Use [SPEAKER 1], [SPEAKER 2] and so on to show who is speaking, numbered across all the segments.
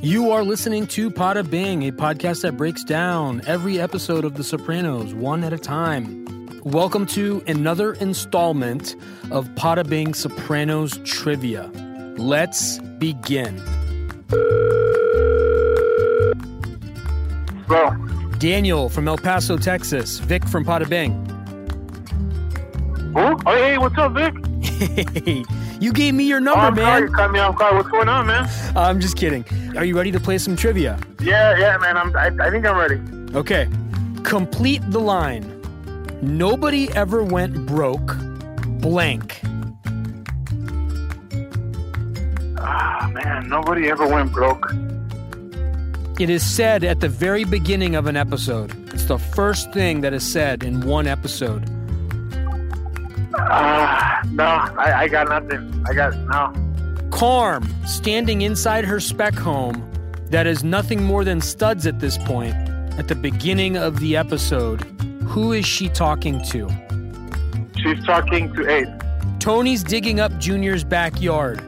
[SPEAKER 1] You are listening to Pot of Bing, a podcast that breaks down every episode of The Sopranos one at a time. Welcome to another installment of Pot of Bing Sopranos Trivia. Let's begin.
[SPEAKER 2] Bro,
[SPEAKER 1] Daniel from El Paso, Texas. Vic from Pot of Bing.
[SPEAKER 2] who? Oh, hey, what's up, Vic?
[SPEAKER 1] Hey, you gave me your
[SPEAKER 2] Oh,
[SPEAKER 1] number,
[SPEAKER 2] I'm sorry,
[SPEAKER 1] man.
[SPEAKER 2] you caught me off guard. What's going on, man?
[SPEAKER 1] I'm just kidding. Are you ready to play some trivia?
[SPEAKER 2] Yeah, yeah, man. I'm, I, I think I'm ready.
[SPEAKER 1] Okay. Complete the line. Nobody ever went broke, blank.
[SPEAKER 2] Ah, man, nobody ever went broke.
[SPEAKER 1] It is said at the very beginning of an episode. It's the first thing that is said in one episode.
[SPEAKER 2] Ah, no, I, I got nothing. I got no.
[SPEAKER 1] Carm, standing inside her spec home, that is nothing more than studs at this point, at the beginning of the episode, who is she talking to?
[SPEAKER 2] She's talking to eight.
[SPEAKER 1] Tony's digging up Junior's backyard.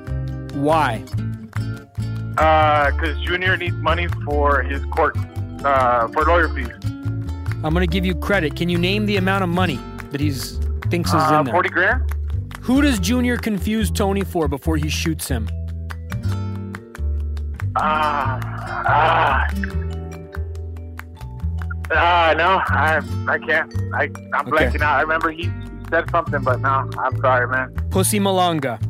[SPEAKER 1] Why?
[SPEAKER 2] Uh, cause Junior needs money for his court, uh, for lawyer fees.
[SPEAKER 1] I'm going to give you credit. Can you name the amount of money that he's thinks is
[SPEAKER 2] Uh,
[SPEAKER 1] in there?
[SPEAKER 2] forty grand.
[SPEAKER 1] Who does Junior confuse Tony for before he shoots him?
[SPEAKER 2] Ah, ah. Ah, no, I, I can't. I, I'm
[SPEAKER 1] Okay.
[SPEAKER 2] blanking out. I remember he said something, but no, I'm sorry, man.
[SPEAKER 1] Pussy Malanga.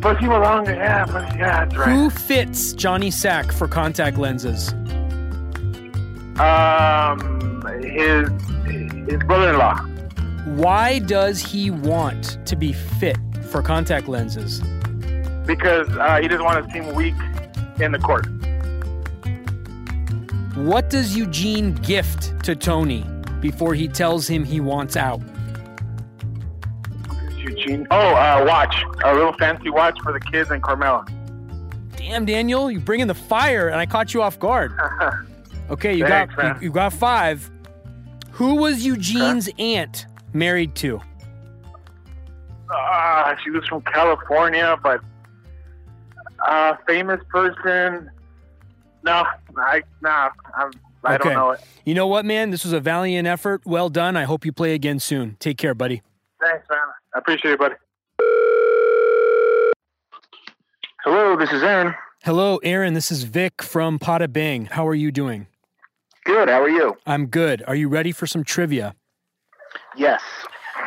[SPEAKER 2] Pussy Malonga, yeah, pussy, yeah, that's right.
[SPEAKER 1] Who fits Johnny Sack for contact lenses?
[SPEAKER 2] Um, his his brother-in-law.
[SPEAKER 1] Why does he want to be fit for contact lenses?
[SPEAKER 2] Because uh, he doesn't want to seem weak in the court.
[SPEAKER 1] What does Eugene gift to Tony before he tells him he wants out?
[SPEAKER 2] Eugene. Oh, uh, watch. A little fancy watch for the kids and Carmela.
[SPEAKER 1] Damn, Daniel, you bring in the fire and I caught you off guard. Okay, you
[SPEAKER 2] Thanks, man.
[SPEAKER 1] got you, you got 5. Who was Eugene's aunt married to?
[SPEAKER 2] Ah, she was from California, but uh, famous person. No, I nah, I'm, I
[SPEAKER 1] Okay.
[SPEAKER 2] don't know it.
[SPEAKER 1] You know what, man? This was a valiant effort. Well done. I hope you play again soon. Take care, buddy.
[SPEAKER 2] Thanks, man. I appreciate it, buddy. Hello, this is Aaron.
[SPEAKER 1] Hello, Aaron. This is Vic from Pada Bing. How are you doing?
[SPEAKER 2] Good. How are you?
[SPEAKER 1] I'm good. Are you ready for some trivia?
[SPEAKER 2] Yes.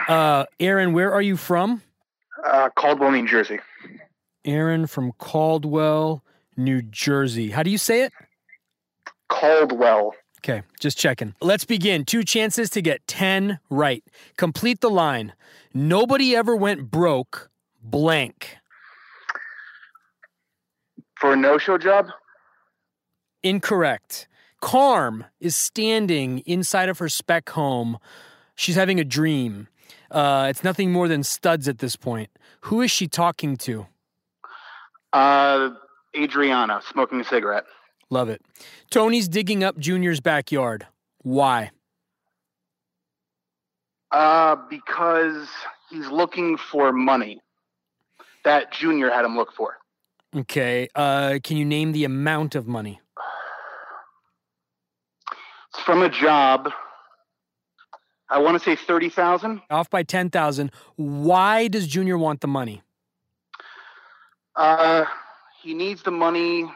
[SPEAKER 1] Uh, Aaron, where are you from?
[SPEAKER 2] Uh, Caldwell, New Jersey.
[SPEAKER 1] Aaron from Caldwell, New Jersey. How do you say it?
[SPEAKER 2] Caldwell.
[SPEAKER 1] Okay, just checking. Let's begin. Two chances to get 10 right. Complete the line. Nobody ever went broke, blank.
[SPEAKER 2] for a no-show job?
[SPEAKER 1] Incorrect. Carm is standing inside of her spec home. She's having a dream. Uh, it's nothing more than studs at this point. Who is she talking to?
[SPEAKER 3] Uh, Adriana smoking a cigarette
[SPEAKER 1] Love it. Tony's digging up Junior's backyard. Why?
[SPEAKER 3] uh, because he's looking for money that Junior had him look for.
[SPEAKER 1] Okay. Uh, can you name the amount of money?
[SPEAKER 3] It's from a job. I want to say thirty thousand.
[SPEAKER 1] Off by 10,000. Why does Junior want the money?
[SPEAKER 3] Uh, he needs the money.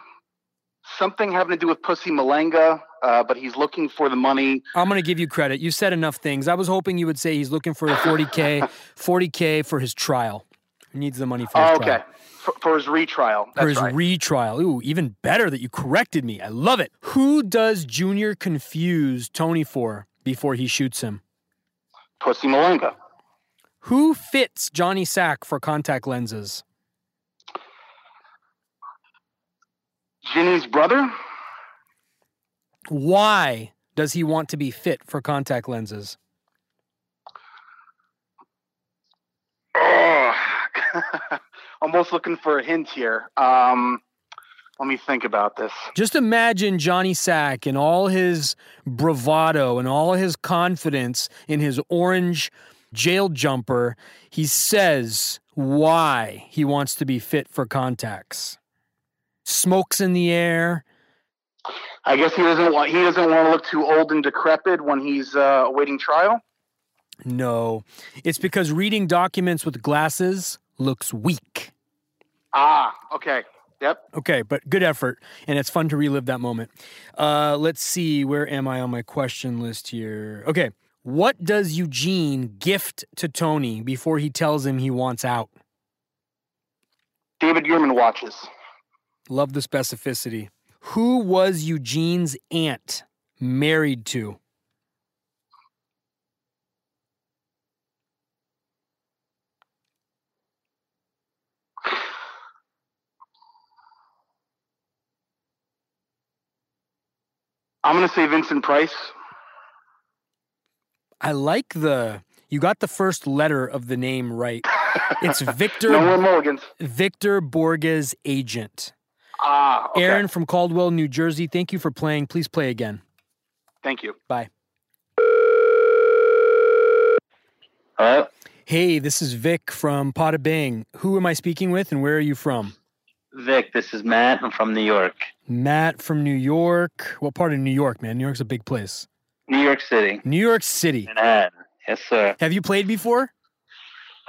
[SPEAKER 3] Something having to do with Pussy Malanga, uh, but he's looking for the money.
[SPEAKER 1] I'm going to give you credit. You said enough things. I was hoping you would say he's looking for the 40K, 40K for his trial. He needs the money for his
[SPEAKER 3] Oh,
[SPEAKER 1] trial.
[SPEAKER 3] okay, for, for his retrial.
[SPEAKER 1] for
[SPEAKER 3] That's
[SPEAKER 1] his
[SPEAKER 3] right.
[SPEAKER 1] retrial. Ooh, even better that you corrected me. I love it. Who does Junior confuse Tony for before he shoots him?
[SPEAKER 3] Pussy Malanga.
[SPEAKER 1] Who fits Johnny Sack for contact lenses?
[SPEAKER 3] Ginny's brother.
[SPEAKER 1] Why does he want to be fit for contact lenses?
[SPEAKER 3] Oh, almost looking for a hint here. Um, let me think about this.
[SPEAKER 1] Just imagine Johnny Sack and all his bravado and all his confidence in his orange jail jumper. He says why he wants to be fit for contacts. Smoke's in the air.
[SPEAKER 3] I guess he doesn't want he doesn't want to look too old and decrepit when he's uh, awaiting trial.
[SPEAKER 1] No, it's because reading documents with glasses looks weak.
[SPEAKER 3] Ah, okay. Yep.
[SPEAKER 1] Okay, but good effort, and it's fun to relive that moment. Uh, let's see, where am I on my question list here? Okay, what does Eugene gift to Tony before he tells him he wants out?
[SPEAKER 3] David Yurman watches.
[SPEAKER 1] Love the specificity. Who was Eugene's aunt married to?
[SPEAKER 3] I'm gonna say Vincent Price.
[SPEAKER 1] I like the you got the first letter of the name right. It's Victor
[SPEAKER 3] No more Mulligans.
[SPEAKER 1] Victor Borges agent.
[SPEAKER 3] Ah, okay.
[SPEAKER 1] Aaron from Caldwell, New Jersey. Thank you for playing. Please play again.
[SPEAKER 3] Thank you.
[SPEAKER 1] Bye.
[SPEAKER 2] Hello?
[SPEAKER 1] Hey, this is Vic from Pada Bing. Who am I speaking with and where are you from?
[SPEAKER 4] Vic, this is Matt. I'm from New York,
[SPEAKER 1] Matt from New York. What part of New York, man? New York's a big place.
[SPEAKER 4] New York City,
[SPEAKER 1] New York City.
[SPEAKER 4] Manhattan. Yes, sir.
[SPEAKER 1] Have you played before?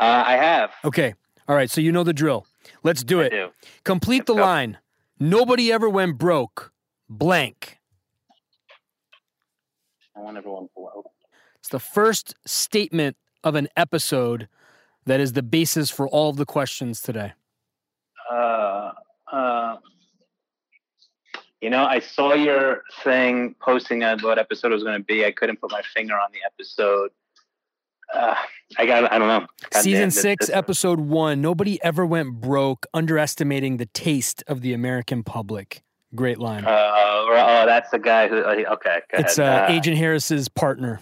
[SPEAKER 4] Uh, I have.
[SPEAKER 1] Okay. All right, so you know the drill. Let's do
[SPEAKER 4] I
[SPEAKER 1] it.
[SPEAKER 4] do.
[SPEAKER 1] Complete the
[SPEAKER 4] Let's go.
[SPEAKER 1] line. Nobody ever went broke. Blank.
[SPEAKER 4] I want everyone below.
[SPEAKER 1] It's the first statement of an episode that is the basis for all of the questions today.
[SPEAKER 4] Uh, uh, you know, I saw your thing posting on what episode it was going to be. I couldn't put my finger on the episode. Uh, I got. I don't know. God damn,
[SPEAKER 1] Season
[SPEAKER 4] this-
[SPEAKER 1] six,
[SPEAKER 4] this-
[SPEAKER 1] episode one. Nobody ever went broke, underestimating the taste of the American public. Great line.
[SPEAKER 4] Uh, oh, that's the guy who. Okay, go ahead.
[SPEAKER 1] It's uh,
[SPEAKER 4] Uh,
[SPEAKER 1] Agent Harris's partner.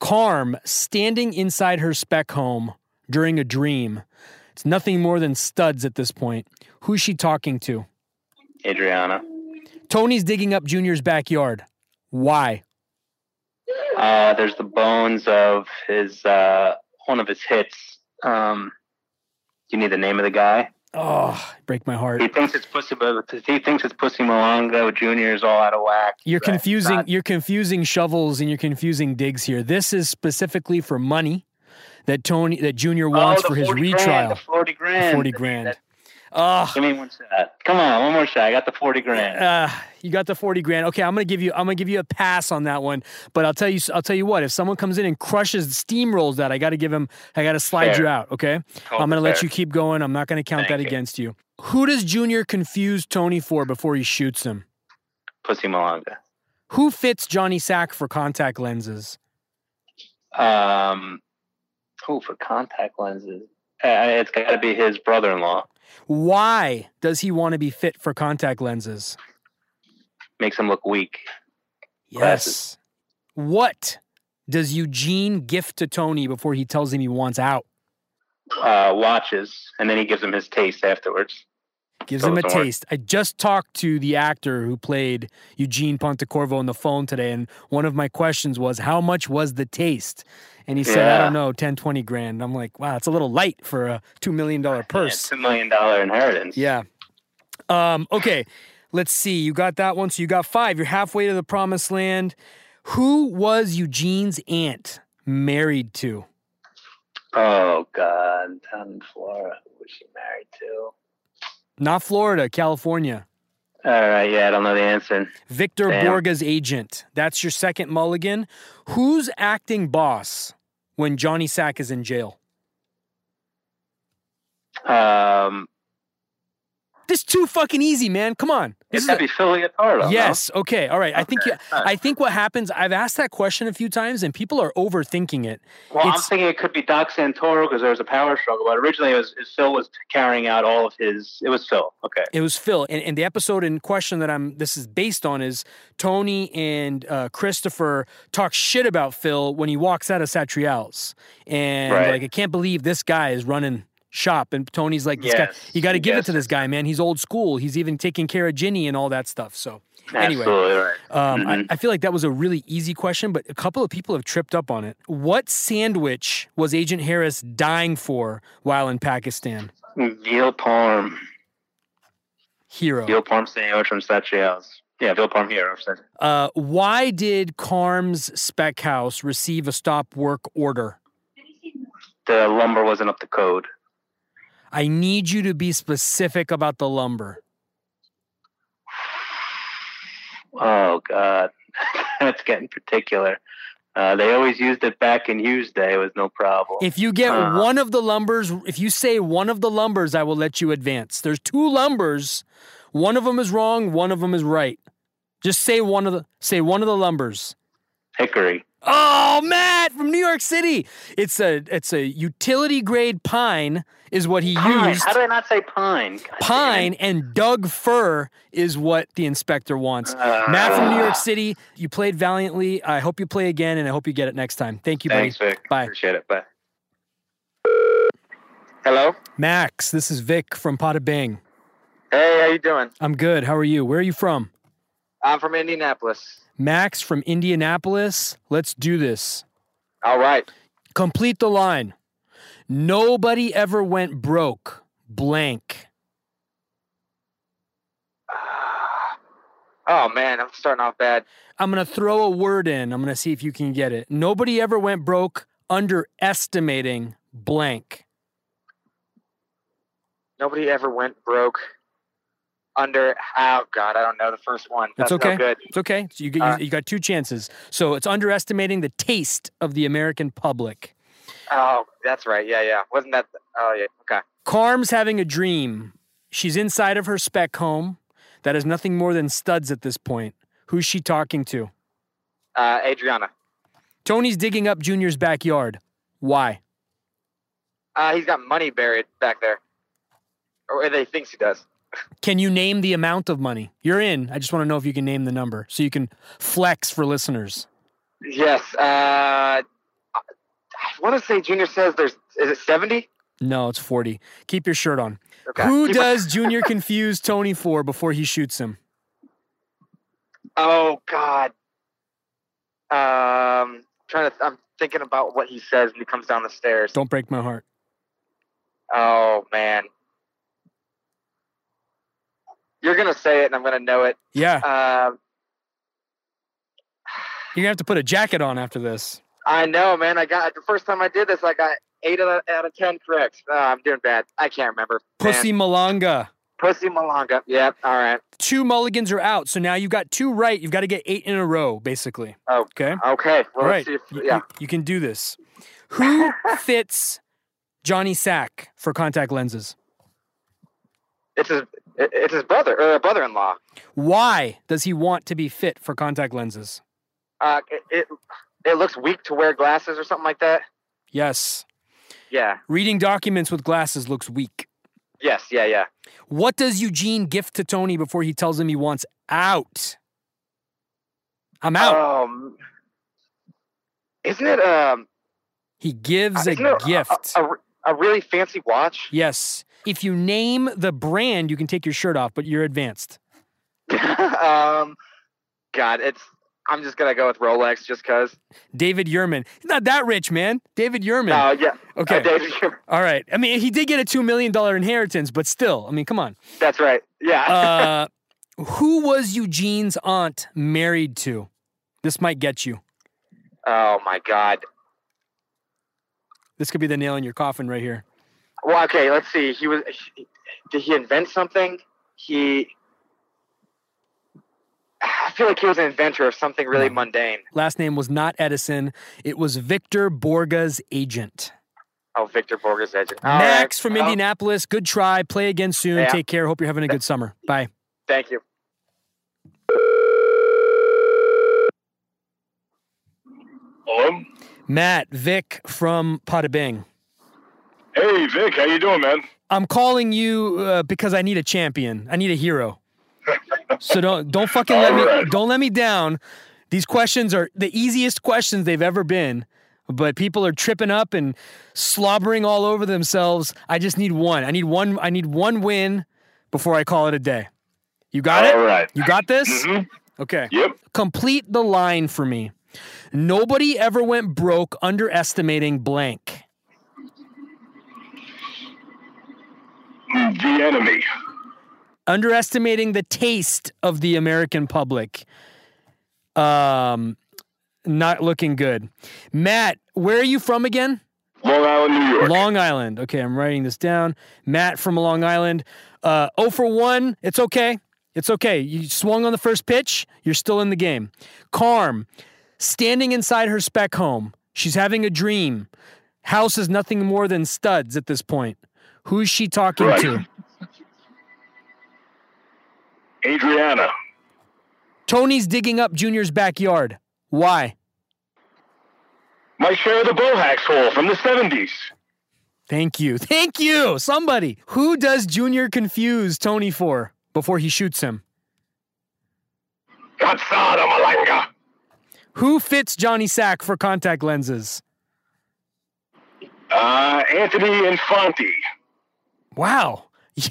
[SPEAKER 1] Carm standing inside her spec home during a dream. It's nothing more than studs at this point. Who's she talking to?
[SPEAKER 4] Adriana.
[SPEAKER 1] Tony's digging up Junior's backyard. Why?
[SPEAKER 4] Uh, there's the bones of his uh, one of his hits. Um, do you need the name of the guy?
[SPEAKER 1] Oh, break my heart.
[SPEAKER 4] He thinks it's Pussy, but he thinks it's Pussy Malongo Junior is all out of whack.
[SPEAKER 1] You're
[SPEAKER 4] That's
[SPEAKER 1] confusing
[SPEAKER 4] not-
[SPEAKER 1] you're confusing shovels and you're confusing digs here. This is specifically for money that Tony that Junior wants
[SPEAKER 4] Oh,
[SPEAKER 1] for
[SPEAKER 4] the
[SPEAKER 1] his
[SPEAKER 4] 40 grand,
[SPEAKER 1] retrial.
[SPEAKER 4] the Forty grand.
[SPEAKER 1] Forty grand. Ah,
[SPEAKER 4] Give me one shot. Come on, one more shot. I got the forty grand.
[SPEAKER 1] uh, you got the forty grand. Okay, I'm gonna give you I'm gonna give you a pass on that one. But I'll tell you I'll tell you what. If someone comes in and crushes steamrolls that, I got to give him I got to slide
[SPEAKER 4] Fair.
[SPEAKER 1] you out. Okay,
[SPEAKER 4] Totally
[SPEAKER 1] I'm gonna let
[SPEAKER 4] fair.
[SPEAKER 1] you keep going. I'm not gonna count that
[SPEAKER 4] Thank you.
[SPEAKER 1] against you. Who does Junior confuse Tony for before he shoots him?
[SPEAKER 4] Pussy Malonga.
[SPEAKER 1] Who fits Johnny Sack for contact lenses?
[SPEAKER 4] Um, oh, for contact lenses, Uh, it's got to be his brother-in-law.
[SPEAKER 1] Why does he want to be fit for contact lenses?
[SPEAKER 4] Makes him look weak.
[SPEAKER 1] Yes.
[SPEAKER 4] Glasses.
[SPEAKER 1] What does Eugene gift to Tony before he tells him he wants out?
[SPEAKER 4] Uh, watches, and then he gives him his taste afterwards.
[SPEAKER 1] Gives
[SPEAKER 4] That
[SPEAKER 1] him a
[SPEAKER 4] doesn't work.
[SPEAKER 1] taste. I just talked to the actor who played Eugene Pontecorvo on the phone today, and one of my questions was, How much was the taste? And he said, I
[SPEAKER 4] Yeah.
[SPEAKER 1] don't know, 10, 20 grand. And I'm like, Wow, it's a little light for a $2 million purse.
[SPEAKER 4] Yeah, Two million dollar inheritance.
[SPEAKER 1] Yeah. Um, okay. Let's see. You got that one. So you got five. You're halfway to the promised land. Who was Eugene's aunt married to?
[SPEAKER 4] Oh God, down in Florida, who was she married to?
[SPEAKER 1] Not Florida, California.
[SPEAKER 4] All right, yeah, I don't know the answer.
[SPEAKER 1] Victor
[SPEAKER 4] Damn.
[SPEAKER 1] Borga's agent. That's your second mulligan. Who's acting boss when Johnny Sack is in jail?
[SPEAKER 4] Um,
[SPEAKER 1] This is too fucking easy, man. Come on. This
[SPEAKER 4] it's
[SPEAKER 1] is
[SPEAKER 4] got to
[SPEAKER 1] a-
[SPEAKER 4] be Philly Leotardo. no?
[SPEAKER 1] Yes. Okay. All right. I think you,
[SPEAKER 4] Okay. All right.
[SPEAKER 1] I think what happens. I've asked that question a few times, and people are overthinking it.
[SPEAKER 4] Well, I'm
[SPEAKER 1] It's-
[SPEAKER 4] thinking it could be Doc Santoro because there was a power struggle. But originally, it was it- Phil was carrying out all of his. It was Phil. Okay.
[SPEAKER 1] It was Phil, and, and the episode in question that I'm this is based on is Tony and uh, Christopher talk shit about Phil when he walks out of Satrial's, and
[SPEAKER 4] Right.
[SPEAKER 1] like I can't believe this guy is running shop, and Tony's like, this guy,
[SPEAKER 4] Yes,
[SPEAKER 1] you got to give it
[SPEAKER 4] yes.
[SPEAKER 1] to this guy, man. He's old school. He's even taking care of Ginny and all that stuff. So anyway,
[SPEAKER 4] Absolutely right.
[SPEAKER 1] um, I,
[SPEAKER 4] Mhm.
[SPEAKER 1] I feel like that was a really easy question, but a couple of people have tripped up on it. What sandwich was Agent Harris dying for while in Pakistan?
[SPEAKER 4] Veal parm.
[SPEAKER 1] Hero.
[SPEAKER 4] Vil Parm Senhor from Stachiels. Yeah, Vil Parm Hero. from Stat-
[SPEAKER 1] Uh, why did Carm's spec house receive a stop work order?
[SPEAKER 4] The lumber wasn't up to code.
[SPEAKER 1] I need you to be specific about the lumber.
[SPEAKER 4] Oh God, that's getting particular. Uh, they always used it back in Hughes Day. It was no problem.
[SPEAKER 1] If you get
[SPEAKER 4] Uh.
[SPEAKER 1] one of the lumbers, if you say one of the lumbers, I will let you advance. There's two lumbers. One of them is wrong, one of them is right. Just say one of the say one of the lumbers.
[SPEAKER 4] Hickory.
[SPEAKER 1] Oh, Matt from New York City. It's a it's a utility grade pine is what he
[SPEAKER 4] Pine.
[SPEAKER 1] used.
[SPEAKER 4] How did I not say pine? God damn it.
[SPEAKER 1] Pine and Doug Fir is what the inspector wants.
[SPEAKER 4] Uh,
[SPEAKER 1] Matt from New York City, you played valiantly. I hope you play again, and I hope you get it next time. Thank you, buddy.
[SPEAKER 4] Thanks, Vic.
[SPEAKER 1] Bye.
[SPEAKER 4] Appreciate it. Bye. Hello.
[SPEAKER 1] Max, this is Vic from Pada Bing.
[SPEAKER 5] Hey, how you doing?
[SPEAKER 1] I'm good. How are you? Where are you from?
[SPEAKER 5] I'm from Indianapolis.
[SPEAKER 1] Max from Indianapolis. Let's do this.
[SPEAKER 5] All right.
[SPEAKER 1] Complete the line. Nobody ever went broke. Blank.
[SPEAKER 5] Oh man, I'm starting off bad.
[SPEAKER 1] I'm going to throw a word in. I'm going to see if you can get it. Nobody ever went broke underestimating blank.
[SPEAKER 5] Nobody ever went broke under. Oh God, I don't know the first one.
[SPEAKER 1] That's
[SPEAKER 5] That's, no
[SPEAKER 1] okay.
[SPEAKER 5] good.
[SPEAKER 1] It's okay. So you, get,
[SPEAKER 5] All right.
[SPEAKER 1] you, you got two chances. So it's underestimating the taste of the American public.
[SPEAKER 5] Oh, that's right. Yeah, yeah. Wasn't that? Oh yeah. Okay.
[SPEAKER 1] Carm's having a dream. She's inside of her spec home that is nothing more than studs at this point. Who's she talking to?
[SPEAKER 5] Uh, Adriana.
[SPEAKER 1] Tony's digging up Junior's backyard. Why?
[SPEAKER 5] Uh, he's got money buried back there, or they thinks he does.
[SPEAKER 1] Can you name the amount of money? You're in. I just want to know if you can name the number so you can flex for listeners.
[SPEAKER 5] Yes. Uh, I want to say Junior says there's. Is it seventy?
[SPEAKER 1] No, it's 40. Keep your shirt on.
[SPEAKER 5] Okay.
[SPEAKER 1] Who
[SPEAKER 5] Keep-
[SPEAKER 1] does Junior confuse Tony for before he shoots him?
[SPEAKER 5] Oh God. Um, trying to. I'm thinking about what he says when he comes down the stairs.
[SPEAKER 1] Don't break my heart.
[SPEAKER 5] Oh man. You're gonna say it, and I'm gonna know it.
[SPEAKER 1] Yeah,
[SPEAKER 5] Um,
[SPEAKER 1] you're going to have to put a jacket on after this.
[SPEAKER 5] I know, man. I got the first time I did this, I got eight out of, out of ten correct. Oh, I'm doing bad. I can't remember. Man.
[SPEAKER 1] Pussy Malanga.
[SPEAKER 5] Pussy Malanga. Yep. All right.
[SPEAKER 1] two mulligans are out. So now you've got two right. You've got to get eight in a row, basically.
[SPEAKER 5] Oh,
[SPEAKER 1] Okay.
[SPEAKER 5] Okay.
[SPEAKER 1] All
[SPEAKER 5] Well,
[SPEAKER 1] right.
[SPEAKER 5] let's see if
[SPEAKER 1] You-
[SPEAKER 5] yeah.
[SPEAKER 1] you, you can do this. Who fits Johnny Sack for contact lenses?
[SPEAKER 5] It's his. it- It's his brother or a brother-in-law.
[SPEAKER 1] Why does he want to be fit for contact lenses?
[SPEAKER 5] Uh, it, it it looks weak to wear glasses or something like that.
[SPEAKER 1] Yes.
[SPEAKER 5] Yeah.
[SPEAKER 1] Reading documents with glasses looks weak.
[SPEAKER 5] Yes. Yeah. Yeah.
[SPEAKER 1] What does Eugene gift to Tony before he tells him he wants out? I'm out.
[SPEAKER 5] Um, isn't it um uh,
[SPEAKER 1] he gives a
[SPEAKER 5] isn't it
[SPEAKER 1] gift.
[SPEAKER 5] a, a really fancy watch?
[SPEAKER 1] yes. If you name the brand, you can take your shirt off, but you're advanced.
[SPEAKER 5] um, God, it's I'm just gonna go with Rolex just cause.
[SPEAKER 1] David Yerman. He's not that rich, man. David Yerman.
[SPEAKER 5] No, yeah,
[SPEAKER 1] okay.
[SPEAKER 5] uh, David, you're-
[SPEAKER 1] All right. I mean, he did get a $2 million inheritance, but still, I mean, come on.
[SPEAKER 5] that's right. Yeah,
[SPEAKER 1] Uh, who was Eugene's aunt married to? This might get you.
[SPEAKER 5] Oh my God.
[SPEAKER 1] This could be the nail in your coffin right here.
[SPEAKER 5] Well, okay, let's see. He was. he- did he invent something? He. I feel like he was an inventor of something really
[SPEAKER 1] No.
[SPEAKER 5] mundane.
[SPEAKER 1] Last name was not Edison. It was Victor Borga's agent.
[SPEAKER 5] Oh, Victor Borges agent. All right.
[SPEAKER 1] Max from
[SPEAKER 5] Well,
[SPEAKER 1] Indianapolis. Good try. Play again soon.
[SPEAKER 5] Yeah.
[SPEAKER 1] Take care. Hope you're having a good summer. Bye.
[SPEAKER 5] Thank you.
[SPEAKER 6] Hello.
[SPEAKER 1] Matt, Vic from Potabing.
[SPEAKER 6] Hey, Vic, how you doing, man?
[SPEAKER 1] I'm calling you uh, because I need a champion. I need a hero. so don't don't fucking let me
[SPEAKER 6] Alright.
[SPEAKER 1] don't let me down. These questions are the easiest questions they've ever been, but people are tripping up and slobbering all over themselves. I just need one. I need one. I need one win before I call it a day. You got
[SPEAKER 6] All
[SPEAKER 1] it.
[SPEAKER 6] right.
[SPEAKER 1] You got this.
[SPEAKER 6] Mhm.
[SPEAKER 1] Okay.
[SPEAKER 6] Yep.
[SPEAKER 1] Complete the line for me. Nobody ever went broke underestimating blank.
[SPEAKER 6] The enemy.
[SPEAKER 1] underestimating the taste of the American public. Um, not looking good. Matt, where are you from again?
[SPEAKER 6] Long Island, New York.
[SPEAKER 1] Long Island. Okay, I'm writing this down. Matt from Long Island. Uh, 0 for 1. It's okay. It's okay. You swung on the first pitch. You're still in the game. Carm, standing inside her spec home. She's having a dream. House is nothing more than studs at this point. Who's she talking
[SPEAKER 6] Right.
[SPEAKER 1] to?
[SPEAKER 6] Adriana.
[SPEAKER 1] Tony's digging up Junior's backyard. Why?
[SPEAKER 6] My share of the Bohax hole from the 70s.
[SPEAKER 1] Thank you. Thank you. Somebody. Who does Junior confuse Tony for before he shoots him?
[SPEAKER 6] Katsada Malanga.
[SPEAKER 1] Who fits Johnny Sack for contact lenses?
[SPEAKER 6] Uh, Anthony Infante.
[SPEAKER 1] Wow.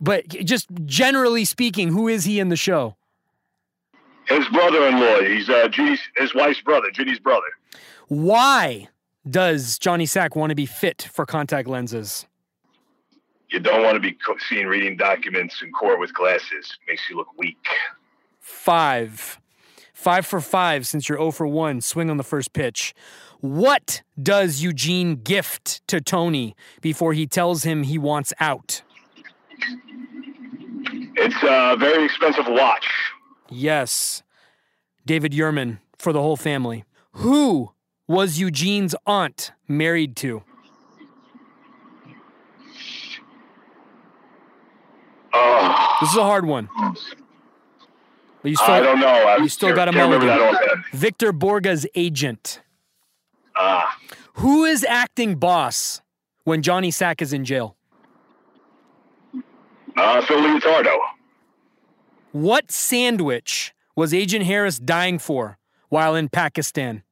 [SPEAKER 1] But just generally speaking, who is he in the show?
[SPEAKER 6] His brother-in-law. He's uh, Ginny's, his wife's brother, Ginny's brother.
[SPEAKER 1] Why does Johnny Sack want to be fit for contact lenses?
[SPEAKER 6] You don't want to be co- seen reading documents in court with glasses. Makes you look weak.
[SPEAKER 1] Five. Five for five since you're 0 for 1. Swing on the first pitch. What does Eugene gift to Tony before he tells him he wants out?
[SPEAKER 6] It's a very expensive watch.
[SPEAKER 1] Yes. David Yerman for the whole family. Who was Eugene's aunt married to?
[SPEAKER 6] Oh,
[SPEAKER 1] This is a hard one. But you still,
[SPEAKER 6] I don't know. I
[SPEAKER 1] you still
[SPEAKER 6] can't-
[SPEAKER 1] got a
[SPEAKER 6] can't remember
[SPEAKER 1] mulligan.
[SPEAKER 6] that offhand.
[SPEAKER 1] Victor Borga's agent.
[SPEAKER 6] Ah,
[SPEAKER 1] Who is acting boss when Johnny Sack is in jail?
[SPEAKER 6] uh, Phil Leotardo.
[SPEAKER 1] What sandwich was Agent Harris dying for while in Pakistan?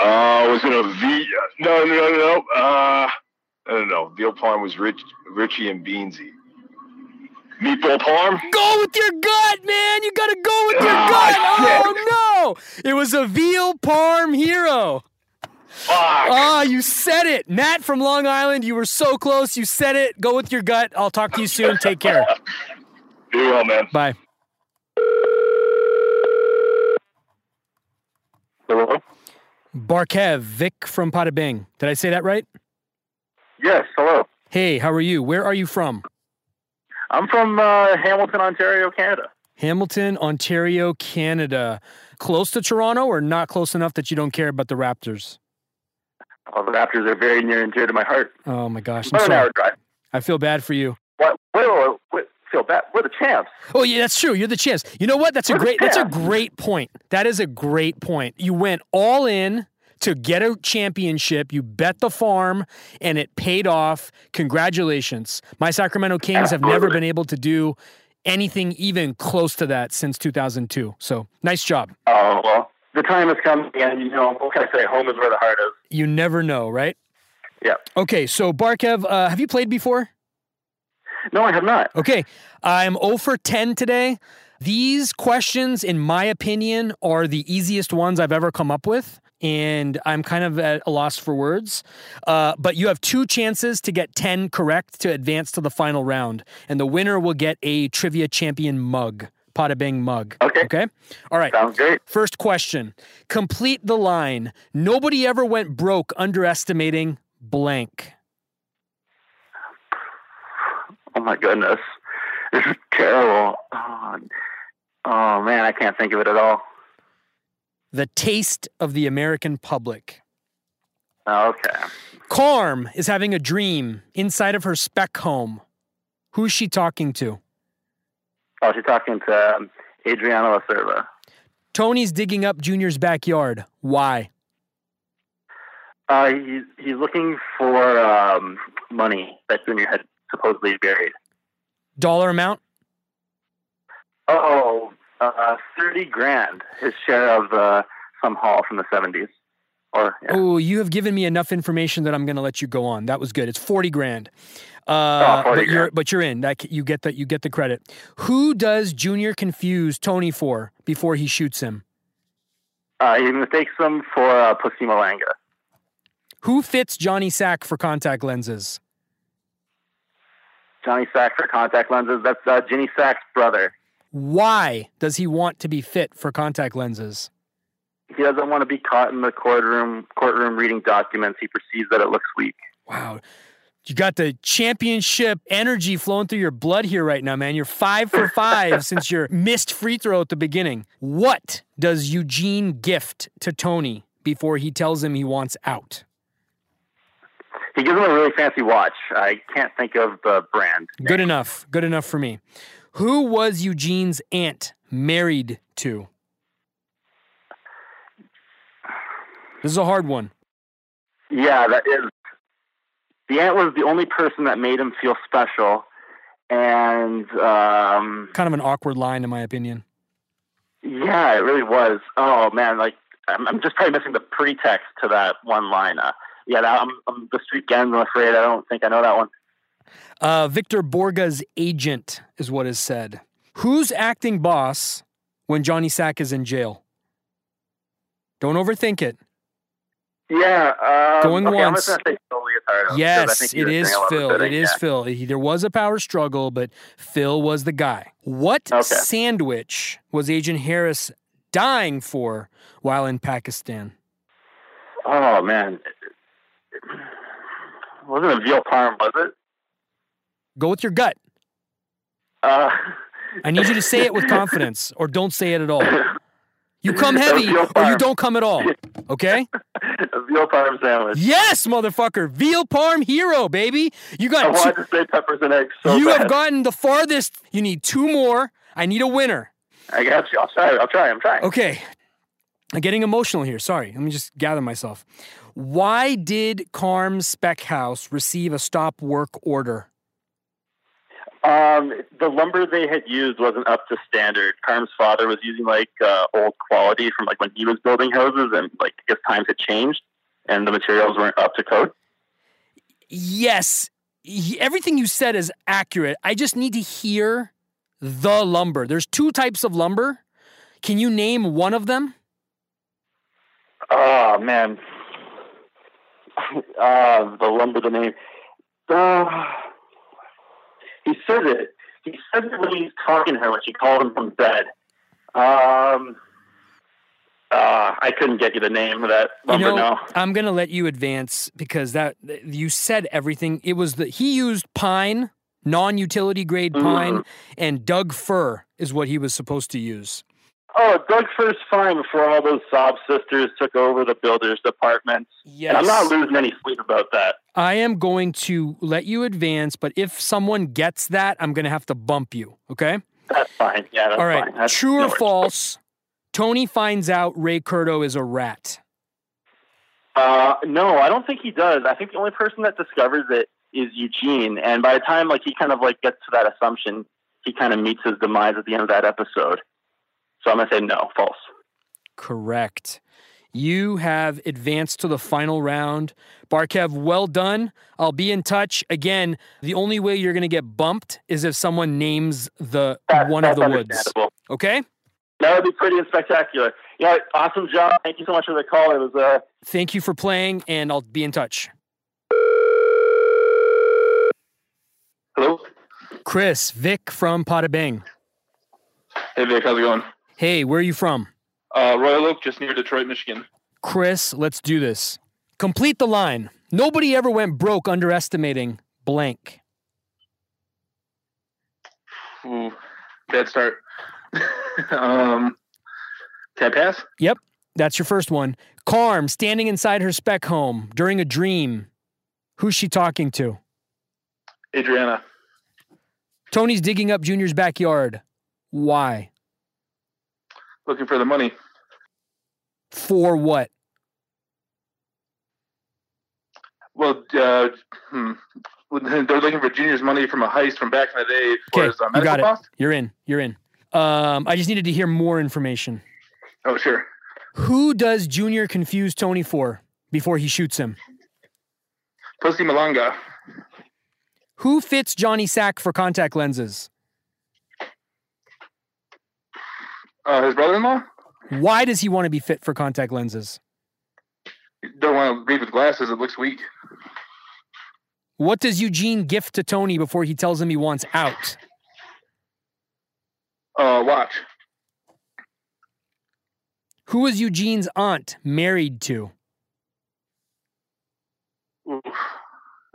[SPEAKER 6] Uh, was it a V? No, no, no, no. Uh, I don't know. Veal parm was rich, Richie and Beansy. Meatball parm.
[SPEAKER 1] Go with your gut, man. You gotta go with your
[SPEAKER 6] Ah,
[SPEAKER 1] gut.
[SPEAKER 6] shit.
[SPEAKER 1] Oh no! It was a veal parm hero.
[SPEAKER 6] Fuck.
[SPEAKER 1] Ah, you said it, Matt from Long Island. You were so close. You said it. Go with your gut. I'll talk to you soon. Take care.
[SPEAKER 6] Do well, man.
[SPEAKER 1] Bye.
[SPEAKER 7] Hello?
[SPEAKER 1] Barkev, Vic from Pada Bing. Did I say that right?
[SPEAKER 7] Yes, hello.
[SPEAKER 1] Hey, how are you? Where are you from?
[SPEAKER 7] I'm from uh, Hamilton, Ontario, Canada.
[SPEAKER 1] Hamilton, Ontario, Canada. Close to Toronto or not close enough that you don't care about the Raptors?
[SPEAKER 7] Well, the Raptors are very near and dear to my heart.
[SPEAKER 1] Oh my gosh. I'm
[SPEAKER 7] About an
[SPEAKER 1] sorry.
[SPEAKER 7] hour drive.
[SPEAKER 1] I feel bad for you.
[SPEAKER 7] What? Wait, wait, wait, feel bad. We're the champs.
[SPEAKER 1] Oh yeah, that's true. You're the champs. You know what? That's a
[SPEAKER 7] We're the
[SPEAKER 1] great that's a
[SPEAKER 7] champs.
[SPEAKER 1] great point. That is a great point. You went all in to get a championship. You bet the farm and it paid off. Congratulations. My Sacramento Kings have never
[SPEAKER 7] Absolutely.
[SPEAKER 1] been able to do anything even close to that since 2002. So, nice job.
[SPEAKER 7] Oh well, the time has come, and you know what can I say? Home is where the heart is.
[SPEAKER 1] You never know, right?
[SPEAKER 7] Yeah.
[SPEAKER 1] Okay, so Barkev, uh, have you played before?
[SPEAKER 7] No, I have not.
[SPEAKER 1] Okay, I'm 0 for 10 today. These questions, in my opinion, are the easiest ones I've ever come up with. And I'm kind of at a loss for words. Uh, but you have two chances to get 10 correct to advance to the final round. And the winner will get a Trivia Champion mug, Pada Bing mug.
[SPEAKER 7] Okay.
[SPEAKER 1] Okay. All right.
[SPEAKER 7] Sounds great.
[SPEAKER 1] First question Complete the line. Nobody ever went broke underestimating blank.
[SPEAKER 7] Oh my goodness, this is terrible. Oh, oh, man, I can't think of it at all.
[SPEAKER 1] The taste of the American public.
[SPEAKER 7] Okay.
[SPEAKER 1] Carm is having a dream inside of her spec home. Who's she talking to?
[SPEAKER 7] Oh, she's talking to um, Adriana La Serva.
[SPEAKER 1] Tony's digging up Junior's backyard. Why?
[SPEAKER 7] Uh, he's he's looking for um, money that Junior had supposedly buried.
[SPEAKER 1] Dollar amount?
[SPEAKER 7] Oh, uh, thirty grand, his share of uh, some haul from the seventies. Or yeah.
[SPEAKER 1] Oh, you have given me enough information that I'm going to let you go on. That was good. It's 40 grand. Uh,
[SPEAKER 7] Oh, 40
[SPEAKER 1] but you're
[SPEAKER 7] grand.
[SPEAKER 1] but you're in. That c- you get the you get the credit. Who does Junior confuse Tony for before he shoots him?
[SPEAKER 7] uh, he mistakes them for uh, Pussy Malanga.
[SPEAKER 1] Who fits Johnny Sack for contact lenses?
[SPEAKER 7] Johnny Sack for contact lenses. That's uh, Ginny Sack's brother.
[SPEAKER 1] Why does he want to be fit for contact lenses?
[SPEAKER 7] He doesn't want to be caught in the courtroom courtroom reading documents. He perceives that it looks weak.
[SPEAKER 1] Wow. You got the championship energy flowing through your blood here right now, man. You're five for five since your missed free throw at the beginning. What does Eugene gift to Tony before he tells him he wants out?
[SPEAKER 7] He gives him a really fancy watch. I can't think of the brand.
[SPEAKER 1] Good enough. Good enough for me. Who was Eugene's aunt married to? This is a hard one.
[SPEAKER 7] Yeah, that is. The aunt was the only person that made him feel special, and um,
[SPEAKER 1] Kind of an awkward line, in my opinion.
[SPEAKER 7] yeah, it really was. Oh man, like I'm, I'm just probably missing the pretext to that one line. Uh, yeah, that, I'm, I'm the street gang. I'm afraid I don't think I know that one.
[SPEAKER 1] Uh, Victor Borga's agent is what is said. Who's acting boss when Johnny Sack is in jail? Don't overthink it.
[SPEAKER 7] Yeah, um,
[SPEAKER 1] Going
[SPEAKER 7] okay, I'm
[SPEAKER 1] once.
[SPEAKER 7] just gonna say Phil Leotardo, 'cause I
[SPEAKER 1] Yes,
[SPEAKER 7] think he
[SPEAKER 1] it
[SPEAKER 7] was
[SPEAKER 1] is
[SPEAKER 7] doing a lot of
[SPEAKER 1] Phil.
[SPEAKER 7] fitting,
[SPEAKER 1] It is
[SPEAKER 7] yeah.
[SPEAKER 1] Phil. He- There was a power struggle, but Phil was the guy. What
[SPEAKER 7] Okay.
[SPEAKER 1] sandwich was Agent Harris dying for while in Pakistan?
[SPEAKER 7] Oh man, wasn't a veal parm, was it?
[SPEAKER 1] Go with your gut.
[SPEAKER 7] Uh,
[SPEAKER 1] I need you to say it with confidence or don't say it at all. You come
[SPEAKER 7] A
[SPEAKER 1] heavy
[SPEAKER 7] veal
[SPEAKER 1] or you
[SPEAKER 7] parm.
[SPEAKER 1] don't come at all. Okay?
[SPEAKER 7] a veal parm sandwich.
[SPEAKER 1] Yes, motherfucker. Veal parm hero, baby. You
[SPEAKER 7] Oh, I
[SPEAKER 1] got
[SPEAKER 7] wanted
[SPEAKER 1] two,
[SPEAKER 7] to say peppers and eggs so
[SPEAKER 1] you
[SPEAKER 7] bad.
[SPEAKER 1] have gotten the farthest. You need two more. I need a winner.
[SPEAKER 7] I got you. I'll try. I'll try. I'm trying.
[SPEAKER 1] Okay. I'm getting emotional here. Sorry. Let me just gather myself. Why did Carm Speckhouse receive a stop work order?
[SPEAKER 7] Um, the lumber they had used wasn't up to standard. Carm's father was using like uh, old quality from like when he was building houses, and like I guess times had changed, and the materials weren't up to code.
[SPEAKER 1] Yes. He- everything you said is accurate. I just need to hear the lumber. There's two types of lumber. Can you name one of them?
[SPEAKER 7] Oh man, uh, the lumber, the name. Uh, he said it. He said it when he was talking to her when she called him from bed. Um, uh, I couldn't get you the name of that lumber.
[SPEAKER 1] you know,
[SPEAKER 7] now.
[SPEAKER 1] I'm gonna let you advance because that th- you said everything. It was the he used pine, non-utility grade
[SPEAKER 7] Mm.
[SPEAKER 1] pine, and Doug fir is what he was supposed to use.
[SPEAKER 7] Oh, Doug first fine before all those sob sisters took over the builder's department.
[SPEAKER 1] Yes,
[SPEAKER 7] And I'm not losing any sleep about that.
[SPEAKER 1] I am going to let you advance, but if someone gets that, I'm gonna have to bump you. Okay.
[SPEAKER 7] That's fine. Yeah, that's
[SPEAKER 1] All right.
[SPEAKER 7] fine. That's
[SPEAKER 1] True
[SPEAKER 7] no
[SPEAKER 1] or
[SPEAKER 7] worries.
[SPEAKER 1] false? Tony finds out Ray Curto is a rat.
[SPEAKER 7] Uh, no, I don't think he does. I think the only person that discovers it is Eugene. And by the time like he kind of like gets to that assumption, he kind of meets his demise at the end of that episode. So I'm gonna say no, false.
[SPEAKER 1] Correct. You have advanced to the final round. Barkev, well done. I'll be in touch. Again, the only way you're going to get bumped is if someone names the
[SPEAKER 7] That-
[SPEAKER 1] one of
[SPEAKER 7] that's
[SPEAKER 1] the woods.
[SPEAKER 7] understandable.
[SPEAKER 1] Okay?
[SPEAKER 7] That would be pretty and spectacular. Yeah, awesome job. Thank you so much for the call. It was uh,
[SPEAKER 1] Thank you for playing, and I'll be in touch.
[SPEAKER 8] Hello.
[SPEAKER 1] Chris, Vic from Potabang.
[SPEAKER 8] Hey Vic, how's it going?
[SPEAKER 1] Hey, where are you from?
[SPEAKER 8] Uh, Royal Oak, just near Detroit, Michigan.
[SPEAKER 1] Chris, let's do this. Complete the line. Nobody ever went broke underestimating blank.
[SPEAKER 8] Ooh, bad start. um, can I pass?
[SPEAKER 1] That's your first one. Carm standing inside her spec home during a dream. Who's she talking to?
[SPEAKER 8] Adriana,
[SPEAKER 1] Tony's digging up Junior's backyard. Why?
[SPEAKER 8] looking for the money.
[SPEAKER 1] For what?
[SPEAKER 8] Well, uh, hmm. they're looking for Junior's money from a heist from back in the day for
[SPEAKER 1] Okay,
[SPEAKER 8] his uh,
[SPEAKER 1] you
[SPEAKER 8] medical
[SPEAKER 1] got it.
[SPEAKER 8] cost.
[SPEAKER 1] You're in. You're in. Um, I just needed to hear more information.
[SPEAKER 8] Oh, sure.
[SPEAKER 1] Who does Junior confuse Tony for before he shoots him?
[SPEAKER 8] Pussy Malanga,
[SPEAKER 1] Who fits Johnny Sack for contact lenses?
[SPEAKER 8] uh, his brother-in-law,
[SPEAKER 1] Why does he want to be fit for contact lenses?
[SPEAKER 8] don't want to read with glasses. It looks weak.
[SPEAKER 1] What does Eugene gift to Tony before he tells him he wants out?
[SPEAKER 8] Uh, watch.
[SPEAKER 1] Who is Eugene's aunt married to?
[SPEAKER 8] Oof.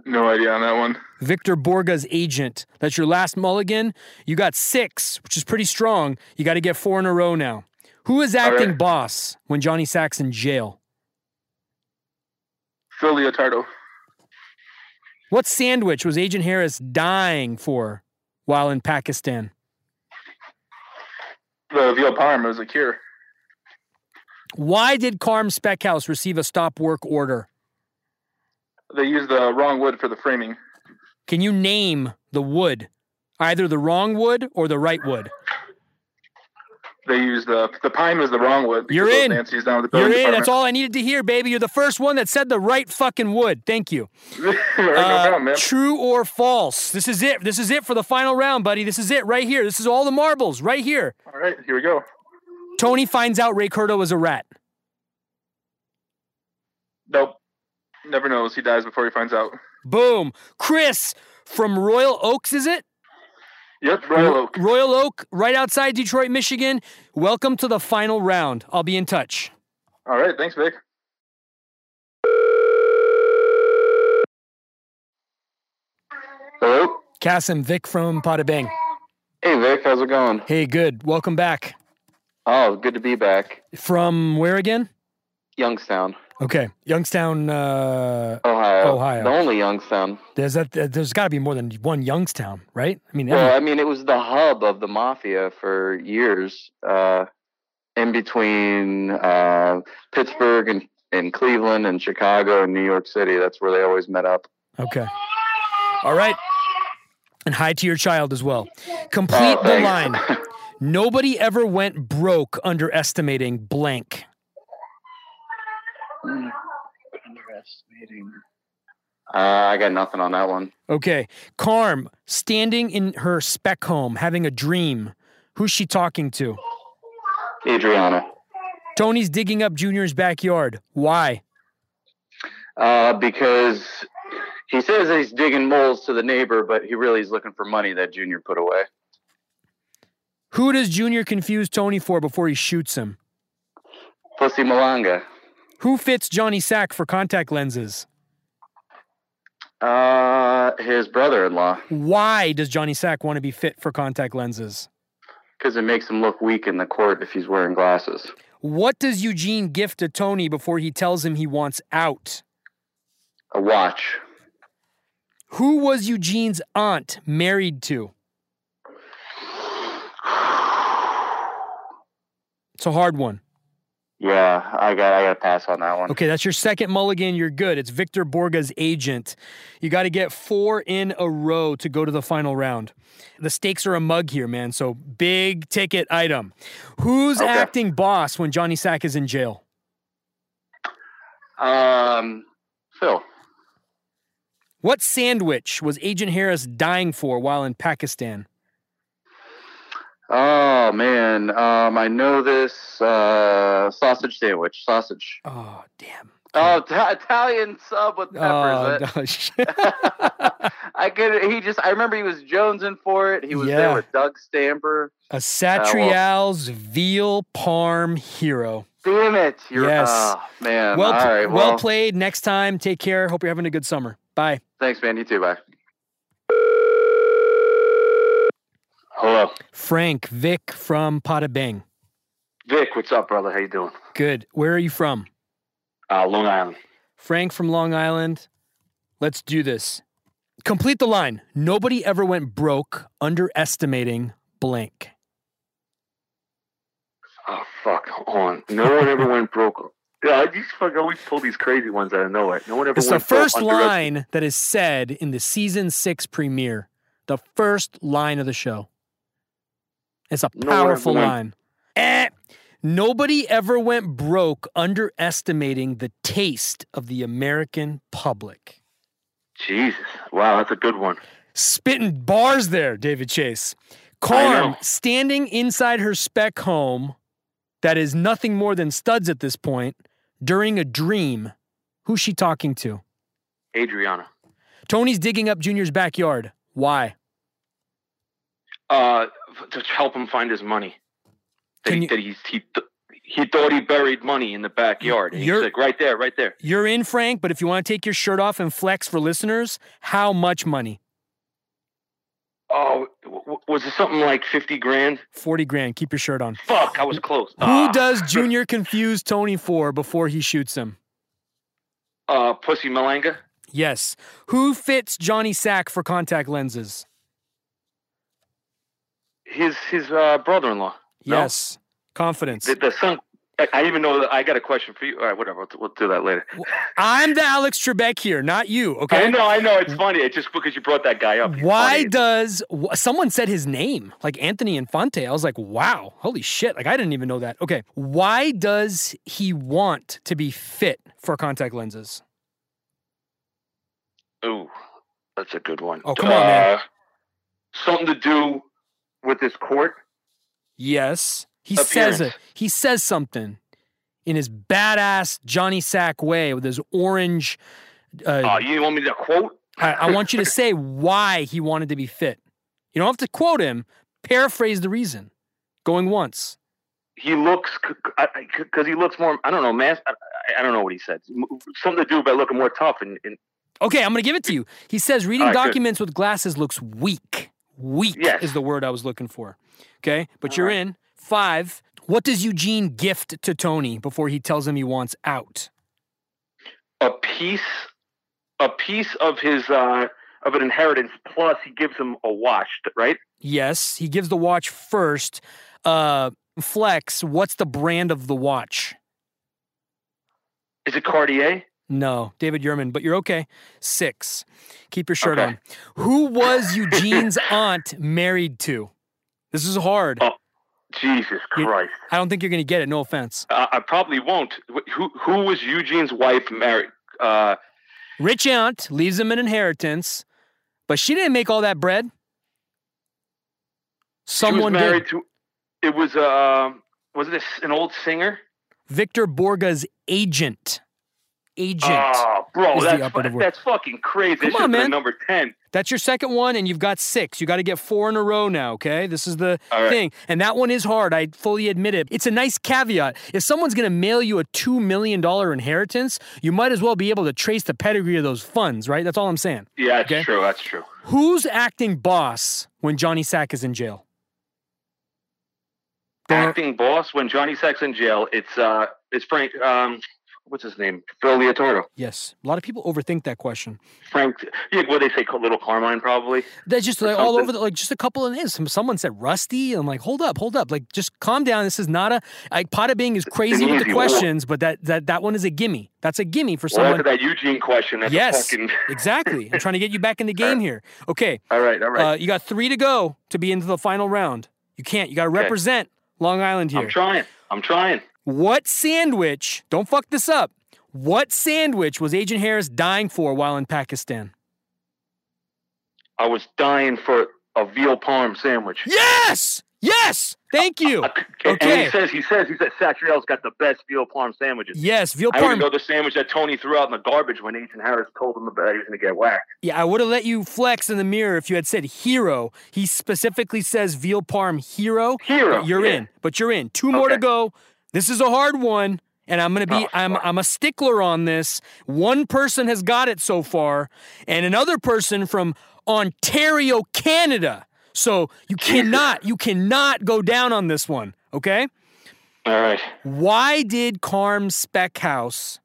[SPEAKER 8] No idea on that one.
[SPEAKER 1] Victor Borga's agent. That's your last mulligan. You got six, which is pretty strong. You got to get four in a row now. Who is acting
[SPEAKER 8] right.
[SPEAKER 1] boss when Johnny Sack's in jail?
[SPEAKER 8] Phil Leotardo.
[SPEAKER 1] What sandwich was Agent Harris dying for while in Pakistan?
[SPEAKER 8] The veal parm is a cure.
[SPEAKER 1] Why did Carm Speckhouse receive a stop work order?
[SPEAKER 8] They used the wrong wood for the framing.
[SPEAKER 1] Can you name the wood? Either the wrong wood or the right wood.
[SPEAKER 8] They used the the pine was the wrong wood. because
[SPEAKER 1] You're
[SPEAKER 8] those
[SPEAKER 1] in.
[SPEAKER 8] Nancy's down at the
[SPEAKER 1] You're
[SPEAKER 8] building
[SPEAKER 1] in. That's
[SPEAKER 8] department.
[SPEAKER 1] all I needed to hear, baby. You're the first one that said the right fucking wood. Thank you.
[SPEAKER 8] Right,
[SPEAKER 1] Uh,
[SPEAKER 8] no problem, man.
[SPEAKER 1] True or false? This is it. This is it for the final round, buddy. This is it right here. This is all the marbles right here.
[SPEAKER 8] All right, here we go.
[SPEAKER 1] Tony finds out Ray Curto is a rat.
[SPEAKER 8] Nope. Never knows. He dies before he finds out.
[SPEAKER 1] Boom. Chris from Royal Oaks, is it?
[SPEAKER 8] Yep, Royal Oak.
[SPEAKER 1] Royal Oak, right outside Detroit, Michigan. Welcome to the final round. I'll be in touch.
[SPEAKER 8] All right, thanks, Vic.
[SPEAKER 3] Hello.
[SPEAKER 1] Cass and Vic from Pada Bang.
[SPEAKER 3] Hey Vic, how's it going?
[SPEAKER 1] Hey, good. Welcome back.
[SPEAKER 3] Oh, good to be back.
[SPEAKER 1] From where again?
[SPEAKER 3] Youngstown,
[SPEAKER 1] Okay, Youngstown. Uh,
[SPEAKER 3] Ohio.
[SPEAKER 1] Ohio.
[SPEAKER 3] The only Youngstown.
[SPEAKER 1] there's that. There's got to be more than one Youngstown, right? I mean,
[SPEAKER 3] Well, I mean, it was the hub of the mafia for years, uh, in between uh, Pittsburgh and, and Cleveland and Chicago and New York City. That's where they always met up.
[SPEAKER 1] Okay. All right. And hi to your child as well. Complete
[SPEAKER 3] Oh,
[SPEAKER 1] the
[SPEAKER 3] thanks.
[SPEAKER 1] line. Nobody ever went broke underestimating blank.
[SPEAKER 4] Underestimating.
[SPEAKER 3] Uh, I got nothing on that one.
[SPEAKER 1] Okay. Carm standing in her spec home having a dream. Who's she talking to?
[SPEAKER 3] Adriana,
[SPEAKER 1] Tony's digging up Junior's backyard. Why?
[SPEAKER 3] uh, because he says he's digging moles to the neighbor, but he really is looking for money that Junior put away.
[SPEAKER 1] Who does Junior confuse Tony for before he shoots him?
[SPEAKER 3] Pussy Malanga.
[SPEAKER 1] Who fits Johnny Sack for contact lenses?
[SPEAKER 3] Uh, his brother-in-law,
[SPEAKER 1] Why does Johnny Sack want to be fit for contact lenses?
[SPEAKER 3] because it makes him look weak in the court if he's wearing glasses.
[SPEAKER 1] What does Eugene gift to Tony before he tells him he wants out?
[SPEAKER 3] A watch.
[SPEAKER 1] Who was Eugene's aunt married to? It's a hard one.
[SPEAKER 3] Yeah, I got I got to pass on that one.
[SPEAKER 1] Okay, that's your second mulligan. You're good. It's Victor Borga's agent. You got to get four in a row to go to the final round. The stakes are a mug here, man. So big ticket item. Who's
[SPEAKER 3] Okay.
[SPEAKER 1] acting boss when Johnny Sack is in jail?
[SPEAKER 3] Um, Phil,
[SPEAKER 1] What sandwich was Agent Harris dying for while in Pakistan?
[SPEAKER 3] Oh man, um, I know this uh, sausage sandwich. Sausage.
[SPEAKER 1] Oh, damn.
[SPEAKER 3] Oh, ta- Italian sub with
[SPEAKER 1] Oh,
[SPEAKER 3] peppers.
[SPEAKER 1] no, shit.
[SPEAKER 3] I- I could. He just. I remember he was jonesing for it. He was
[SPEAKER 1] Yeah.
[SPEAKER 3] there with Doug Stamper.
[SPEAKER 1] A Satrial's veal parm hero.
[SPEAKER 3] Damn it! You're,
[SPEAKER 1] Yes.
[SPEAKER 3] Oh, man.
[SPEAKER 1] Well,
[SPEAKER 3] All right.
[SPEAKER 1] well,
[SPEAKER 3] Well,
[SPEAKER 1] played. Next time, take care. Hope you're having a good summer. Bye.
[SPEAKER 3] Thanks, man. You too. Bye. Hello,
[SPEAKER 1] Frank Vic from Pada Bang.
[SPEAKER 7] Vic, what's up, brother? How you doing?
[SPEAKER 1] Good. Where are you from?
[SPEAKER 7] Uh, Long Island.
[SPEAKER 1] Frank from Long Island. Let's do this. Complete the line. Nobody ever went broke underestimating blank.
[SPEAKER 7] Oh fuck! Hold on. No one ever went broke. Yeah, I just fuck always pull these crazy ones out of nowhere. No one ever.
[SPEAKER 1] It's the
[SPEAKER 7] went broke
[SPEAKER 1] first
[SPEAKER 7] under us.
[SPEAKER 1] line that is said in the season six premiere. The first line of the show. It's a
[SPEAKER 7] No, we're-
[SPEAKER 1] powerful
[SPEAKER 7] we're-
[SPEAKER 1] line. Eh. Nobody ever went broke underestimating the taste of the American public.
[SPEAKER 7] Jesus! Wow, that's a good one.
[SPEAKER 1] Spitting bars there, David Chase. Carm standing inside her spec home that is nothing more than studs at this point during a dream. Who's she talking to?
[SPEAKER 7] Adriana.
[SPEAKER 1] Tony's digging up Junior's backyard. Why?
[SPEAKER 9] uh, f- to help him find his money. That,
[SPEAKER 1] Can
[SPEAKER 9] he,
[SPEAKER 1] you-
[SPEAKER 9] that he's, he th- he thought he buried money in the backyard. And he's
[SPEAKER 1] You're-
[SPEAKER 9] like, right there, right there.
[SPEAKER 1] You're in, Frank, but if you want to take your shirt off and flex for listeners, how much money?
[SPEAKER 9] Oh, w- w- was it something like fifty grand?
[SPEAKER 1] 40 grand. Keep your shirt on.
[SPEAKER 9] Fuck, I was close.
[SPEAKER 1] Who does Junior confuse Tony for before he shoots him?
[SPEAKER 9] Uh, Pussy Malanga.
[SPEAKER 1] Yes. Who fits Johnny Sack for contact lenses?
[SPEAKER 9] His his uh, brother-in-law. No.
[SPEAKER 1] Yes. Confidence.
[SPEAKER 9] The, the son. I, I even know that I got a question for you. All right, whatever. We'll, we'll do that later.
[SPEAKER 1] I'm the Alex Trebek here, not you,
[SPEAKER 9] I
[SPEAKER 1] okay?
[SPEAKER 9] know, I know. It's
[SPEAKER 1] Mm.
[SPEAKER 9] funny. It's just because you brought that guy up. He's
[SPEAKER 1] Why
[SPEAKER 9] funny.
[SPEAKER 1] does wh- someone said his name, like Anthony Infante? I was like, wow, holy shit. Like, I didn't even know that. Okay. Why does he want to be fit for contact lenses?
[SPEAKER 9] Ooh, that's a good one. Uh,
[SPEAKER 1] Oh, come on, man.
[SPEAKER 9] Something to do with this court.
[SPEAKER 1] Yes. He says it.
[SPEAKER 9] Appearance.
[SPEAKER 1] He says something in his badass Johnny Sack way with his orange. Uh,
[SPEAKER 9] Uh, you want me to quote?
[SPEAKER 1] I, I want you to say why he wanted to be fit. You don't have to quote him. Paraphrase the reason. Going once.
[SPEAKER 9] He looks because he looks more. I don't know, man. I, I- I don't know what he said. M- Something to do about looking more tough. And, and
[SPEAKER 1] Okay, I'm going to give it to you. He says reading
[SPEAKER 9] All right, good.
[SPEAKER 1] documents with glasses looks weak. Weak
[SPEAKER 9] Yes.
[SPEAKER 1] is the word I was looking for. Okay, but you're in. Five. What does Eugene gift to Tony before he tells him he wants out?
[SPEAKER 9] a piece, a piece of his uh, of an inheritance. Plus, he gives him a watch. Right?
[SPEAKER 1] Yes, he gives the watch first. Uh, Flex, what's the brand of the watch?
[SPEAKER 9] Is it Cartier?
[SPEAKER 1] No, David Yerman, but you're okay. Six. Keep your shirt
[SPEAKER 9] Okay.
[SPEAKER 1] on. Who was Eugene's aunt married to? This is hard.
[SPEAKER 9] Oh. Jesus
[SPEAKER 1] You-
[SPEAKER 9] Christ!
[SPEAKER 1] I don't think you're going to get it. No offense.
[SPEAKER 9] Uh, I, I probably won't. Wh- Who who was Eugene's wife married? Uh,
[SPEAKER 1] Rich aunt leaves him an inheritance, but she didn't make all that bread. Someone
[SPEAKER 9] she was married
[SPEAKER 1] did.
[SPEAKER 9] to. It was uh, was it an old singer?
[SPEAKER 1] Victor Borga's agent. Agent.
[SPEAKER 9] Oh, bro,
[SPEAKER 1] is the
[SPEAKER 9] that's,
[SPEAKER 1] operative
[SPEAKER 9] fu-
[SPEAKER 1] word.
[SPEAKER 9] that's fucking crazy.
[SPEAKER 1] Come on,
[SPEAKER 9] This should have
[SPEAKER 1] man.
[SPEAKER 9] been number 10.
[SPEAKER 1] That's your second one, and you've got six. You got to get four in a row now, okay? This is the
[SPEAKER 9] All right.
[SPEAKER 1] thing. And that one is hard. I fully admit it. It's a nice caveat. If someone's going to mail you a $2 million inheritance, you might as well be able to trace the pedigree of those funds, right? That's all I'm saying.
[SPEAKER 9] Yeah, that's
[SPEAKER 1] Okay.
[SPEAKER 9] true. That's true.
[SPEAKER 1] Who's acting boss when Johnny Sack is in jail? Don't-
[SPEAKER 9] Acting boss when Johnny Sack's in jail, it's uh, it's Frank. Um, what's his name? Phil Leotardo.
[SPEAKER 1] Yes. A lot of people overthink that question.
[SPEAKER 9] Frank. Yeah, what they say, Little Carmine, probably.
[SPEAKER 1] That's just like all
[SPEAKER 9] something.
[SPEAKER 1] over the like just a couple of names. Some- Someone said rusty. I'm like, hold up, hold up. Like just calm down. This is not a like Pada Bing is crazy with the
[SPEAKER 9] easy one.
[SPEAKER 1] questions, but that that that one is a gimme. That's a gimme for
[SPEAKER 9] Well, after
[SPEAKER 1] someone.
[SPEAKER 9] that Eugene question, that's a
[SPEAKER 1] Yes.
[SPEAKER 9] fucking.
[SPEAKER 1] Exactly. I'm trying to get you back in the game here. Okay.
[SPEAKER 9] All right, all right.
[SPEAKER 1] Uh, you got three to go to be into the final round. You can't. You gotta represent Long Island here.
[SPEAKER 9] I'm trying. I'm trying.
[SPEAKER 1] What sandwich, don't fuck this up. What sandwich was Agent Harris dying for while in Pakistan?
[SPEAKER 9] I was dying for a veal parm sandwich.
[SPEAKER 1] Yes! Yes! Thank you.
[SPEAKER 9] I c- And and
[SPEAKER 1] Okay.
[SPEAKER 9] he says, he says, he says, Satriel's got the best veal parm sandwiches.
[SPEAKER 1] Yes, veal
[SPEAKER 9] I would
[SPEAKER 1] parm.
[SPEAKER 9] go the sandwich that Tony threw out in the garbage when Agent Harris told him about he was going to get whacked.
[SPEAKER 1] Yeah, I would have let you flex in the mirror if you had said hero. He specifically says veal parm hero.
[SPEAKER 9] Hero.
[SPEAKER 1] But You're
[SPEAKER 9] yeah.
[SPEAKER 1] in. But you're in. Two more to
[SPEAKER 9] Okay.
[SPEAKER 1] go. This is a hard one, and I'm gonna be
[SPEAKER 9] Oh,
[SPEAKER 1] I'm
[SPEAKER 9] fuck.
[SPEAKER 1] I'm a stickler on this. One person has got it so far, and another person from Ontario, Canada. So you cannot you cannot go down on this one. Okay?
[SPEAKER 9] All right.
[SPEAKER 1] Why did Carm Speckhouse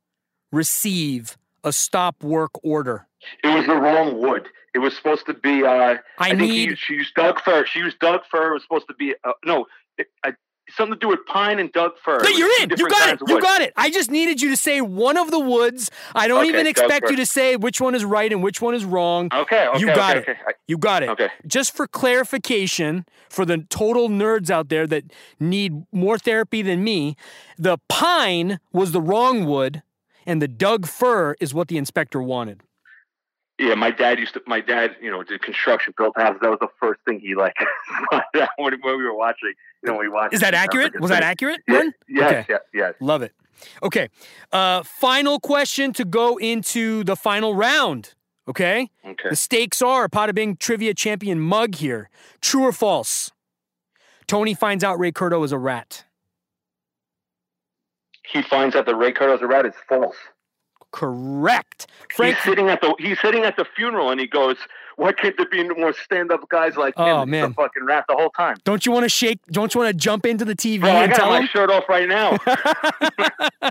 [SPEAKER 1] receive a stop work order?
[SPEAKER 9] It was the wrong wood. It was supposed to be. Uh, I,
[SPEAKER 1] I,
[SPEAKER 9] think
[SPEAKER 1] need
[SPEAKER 9] he, she used Doug fir. She used Doug fir. It was supposed to be. Uh, no, it, I, something to do with pine and Doug fir.
[SPEAKER 1] But
[SPEAKER 9] It was
[SPEAKER 1] you're
[SPEAKER 9] two
[SPEAKER 1] in. You
[SPEAKER 9] different
[SPEAKER 1] got it.
[SPEAKER 9] kinds of
[SPEAKER 1] You
[SPEAKER 9] wood.
[SPEAKER 1] got it. I just needed you to say one of the woods. I don't
[SPEAKER 9] Okay,
[SPEAKER 1] even
[SPEAKER 9] go
[SPEAKER 1] expect
[SPEAKER 9] for
[SPEAKER 1] you to say which one is right and which one is wrong.
[SPEAKER 9] Okay. okay
[SPEAKER 1] You got
[SPEAKER 9] okay,
[SPEAKER 1] it. You got it.
[SPEAKER 9] Okay. okay.
[SPEAKER 1] Just for clarification, for the total nerds out there that need more therapy than me, the pine was the wrong wood, and the Doug fir is what the inspector wanted.
[SPEAKER 9] Yeah, my dad used to. My dad, you know, did construction, built houses. That was the first thing he like spotted out when, when we were watching. You know, when we watched.
[SPEAKER 1] Is that accurate? Was that accurate? Ren?
[SPEAKER 9] Yes.
[SPEAKER 1] Okay.
[SPEAKER 9] Yes. Yes.
[SPEAKER 1] Love it. Okay. Uh, final question to go into the final round. Okay?
[SPEAKER 9] Okay.
[SPEAKER 1] The stakes are a Pada Bing trivia champion mug here. True or false? Tony finds out Ray Curto is a rat.
[SPEAKER 9] He finds out that Ray Curto's a rat. It's false.
[SPEAKER 1] Correct. Frank.
[SPEAKER 9] He's sitting at the he's sitting at the funeral and he goes, "Why can't there be more stand up guys like him?
[SPEAKER 1] Oh,
[SPEAKER 9] He's
[SPEAKER 1] man.
[SPEAKER 9] a fucking rat the whole time."
[SPEAKER 1] Don't you want to shake? Don't you want to jump into the TV
[SPEAKER 9] Bro, I
[SPEAKER 1] and
[SPEAKER 9] got
[SPEAKER 1] tell
[SPEAKER 9] my
[SPEAKER 1] him?
[SPEAKER 9] shirt off right now.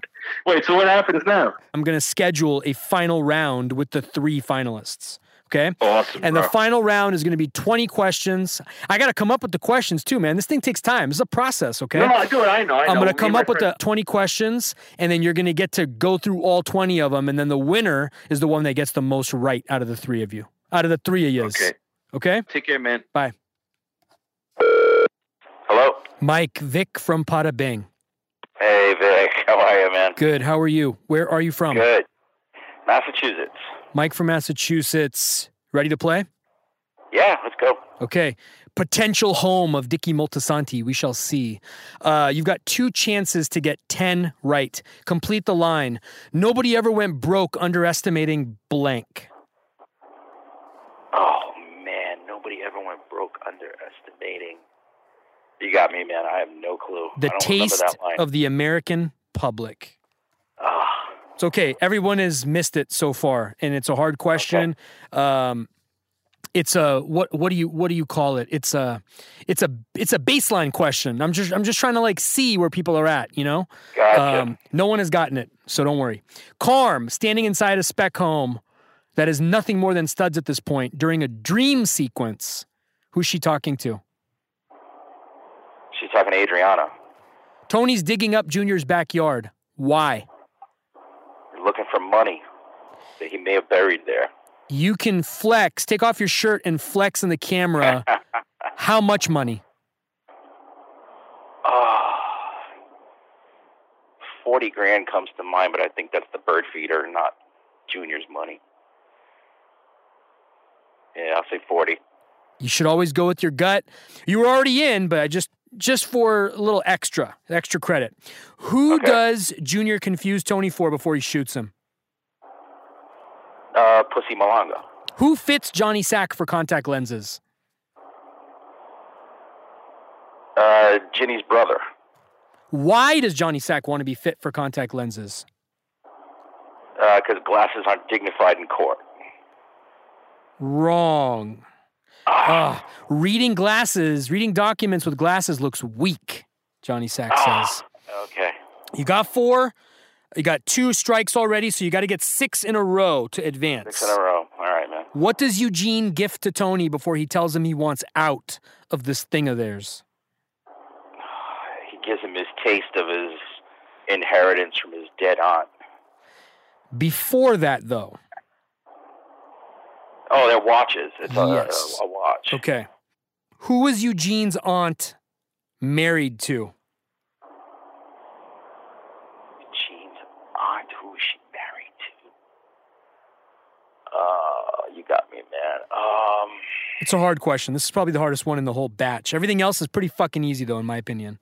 [SPEAKER 9] Wait, so what happens now?
[SPEAKER 1] I'm going to schedule a final round with the three finalists. Okay.
[SPEAKER 9] Awesome.
[SPEAKER 1] And the final round is going to be 20 questions. I got to come up with the questions too, man. This thing takes time. This is a process, okay?
[SPEAKER 9] no, I do it. I know. I
[SPEAKER 1] I'm
[SPEAKER 9] know.
[SPEAKER 1] going
[SPEAKER 9] Me
[SPEAKER 1] to
[SPEAKER 9] and
[SPEAKER 1] come
[SPEAKER 9] my
[SPEAKER 1] up with
[SPEAKER 9] friend-
[SPEAKER 1] the 20 questions, and then you're going to get to go through all 20 of them, and then the winner is the one that gets the most right out of the three of you, out of the three of you.
[SPEAKER 9] Okay.
[SPEAKER 1] Okay.
[SPEAKER 9] Take care, man.
[SPEAKER 10] Hello.
[SPEAKER 1] Mike Vick from Pada Bing.
[SPEAKER 10] Hey Vic, how are you, man?
[SPEAKER 1] Good. How are you? Where are you from?
[SPEAKER 10] Good. Massachusetts.
[SPEAKER 1] Mike from Massachusetts. Ready to play?
[SPEAKER 10] Yeah, let's go.
[SPEAKER 1] Okay. Potential home of Dicky Moltisanti. We shall see. Uh, you've got two chances to get 10 right. Complete the line. Nobody ever went broke underestimating blank.
[SPEAKER 10] Oh man, nobody ever went broke underestimating. You got me, man. I have no clue.
[SPEAKER 1] The
[SPEAKER 10] I don't
[SPEAKER 1] taste
[SPEAKER 10] remember that line.
[SPEAKER 1] of the American public.
[SPEAKER 10] Ah,
[SPEAKER 1] It's okay. Everyone has missed it so far, and it's a hard question. Um, it's a what? What do you what do you call it? It's a it's a it's a baseline question. I'm just I'm just trying to like see where people are at. You know,
[SPEAKER 10] gotcha.
[SPEAKER 1] um, no one has gotten it, so don't worry. Carm standing inside a spec home that is nothing more than studs at this point during a dream sequence. Who's she talking to?
[SPEAKER 10] She's talking to Adriana.
[SPEAKER 1] Tony's digging up Junior's backyard. Why?
[SPEAKER 10] You're looking for money that he may have buried there.
[SPEAKER 1] You can flex. Take off your shirt and flex in the camera. How much money?
[SPEAKER 10] Ah. 40 grand comes to mind, but I think that's the bird feeder, not Junior's money. Yeah, I'll say 40.
[SPEAKER 1] You should always go with your gut. You were already in, but I just just for a little extra, extra credit. Who
[SPEAKER 10] Okay.
[SPEAKER 1] does Junior confuse Tony for before he shoots him?
[SPEAKER 10] Uh, Pussy Malanga.
[SPEAKER 1] Who fits Johnny Sack for contact lenses?
[SPEAKER 10] Uh, Ginny's brother.
[SPEAKER 1] Why does Johnny Sack want to be fit for contact lenses?
[SPEAKER 10] Because uh, glasses aren't dignified in court.
[SPEAKER 1] Wrong. Ugh. reading glasses, reading documents with glasses looks weak, Johnny Sack says.
[SPEAKER 10] Okay.
[SPEAKER 1] You got four. You got two strikes already, so you got to get six in a row to advance.
[SPEAKER 10] Six in a
[SPEAKER 2] Oh,
[SPEAKER 10] row. All right, man.
[SPEAKER 1] What does Eugene gift to Tony before he tells him he wants out of this thing of theirs?
[SPEAKER 10] He gives him his taste of his inheritance from his dead aunt.
[SPEAKER 1] Before that, though,
[SPEAKER 10] Oh, they're watches. It's a,
[SPEAKER 1] Yes.
[SPEAKER 10] a, a watch.
[SPEAKER 1] okay, who was Eugene's aunt married to?
[SPEAKER 10] Jean's aunt, who is she married to? Uh, you got me, man. Um,
[SPEAKER 1] It's a hard question. This is probably the hardest one in the whole batch. Everything else is pretty fucking easy, though, in my opinion.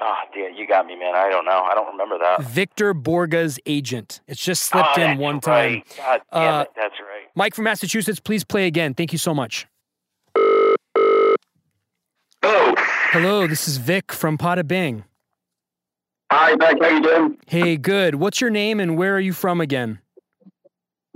[SPEAKER 10] ah, damn, you got me, man. I don't know. I don't remember that.
[SPEAKER 1] Victor Borga's agent. It's just slipped
[SPEAKER 10] Ah,
[SPEAKER 1] in
[SPEAKER 10] that's
[SPEAKER 1] one time.
[SPEAKER 10] right. God damn
[SPEAKER 1] Uh,
[SPEAKER 10] it, that's right.
[SPEAKER 1] Mike from Massachusetts, please play again. Thank you so much.
[SPEAKER 11] Oh,
[SPEAKER 1] Hello, this is Vic from Pada Bing.
[SPEAKER 11] hi, Beck. How you doing?
[SPEAKER 1] Hey, good. What's your name and where are you from again?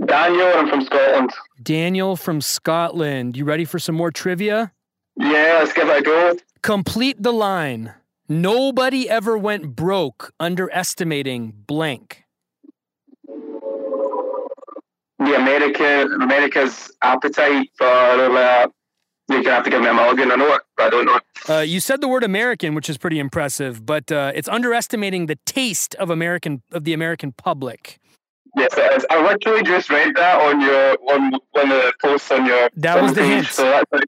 [SPEAKER 11] Daniel, I'm from Scotland.
[SPEAKER 1] Daniel from Scotland. You ready for some more trivia?
[SPEAKER 11] Yeah, let's give it a go.
[SPEAKER 1] Complete the line. Nobody ever went broke underestimating blank.
[SPEAKER 11] The America, America's appetite for uh, you're gonna have to give me a mulligan. I know it, but I don't know. it.
[SPEAKER 1] Uh, you said the word American, which is pretty impressive, but uh, it's underestimating the taste of American of the American public.
[SPEAKER 11] Yes, it is. I literally just read that on your on one of the posts on your.
[SPEAKER 1] That was the
[SPEAKER 11] homepage,
[SPEAKER 1] hint.
[SPEAKER 11] So that's like,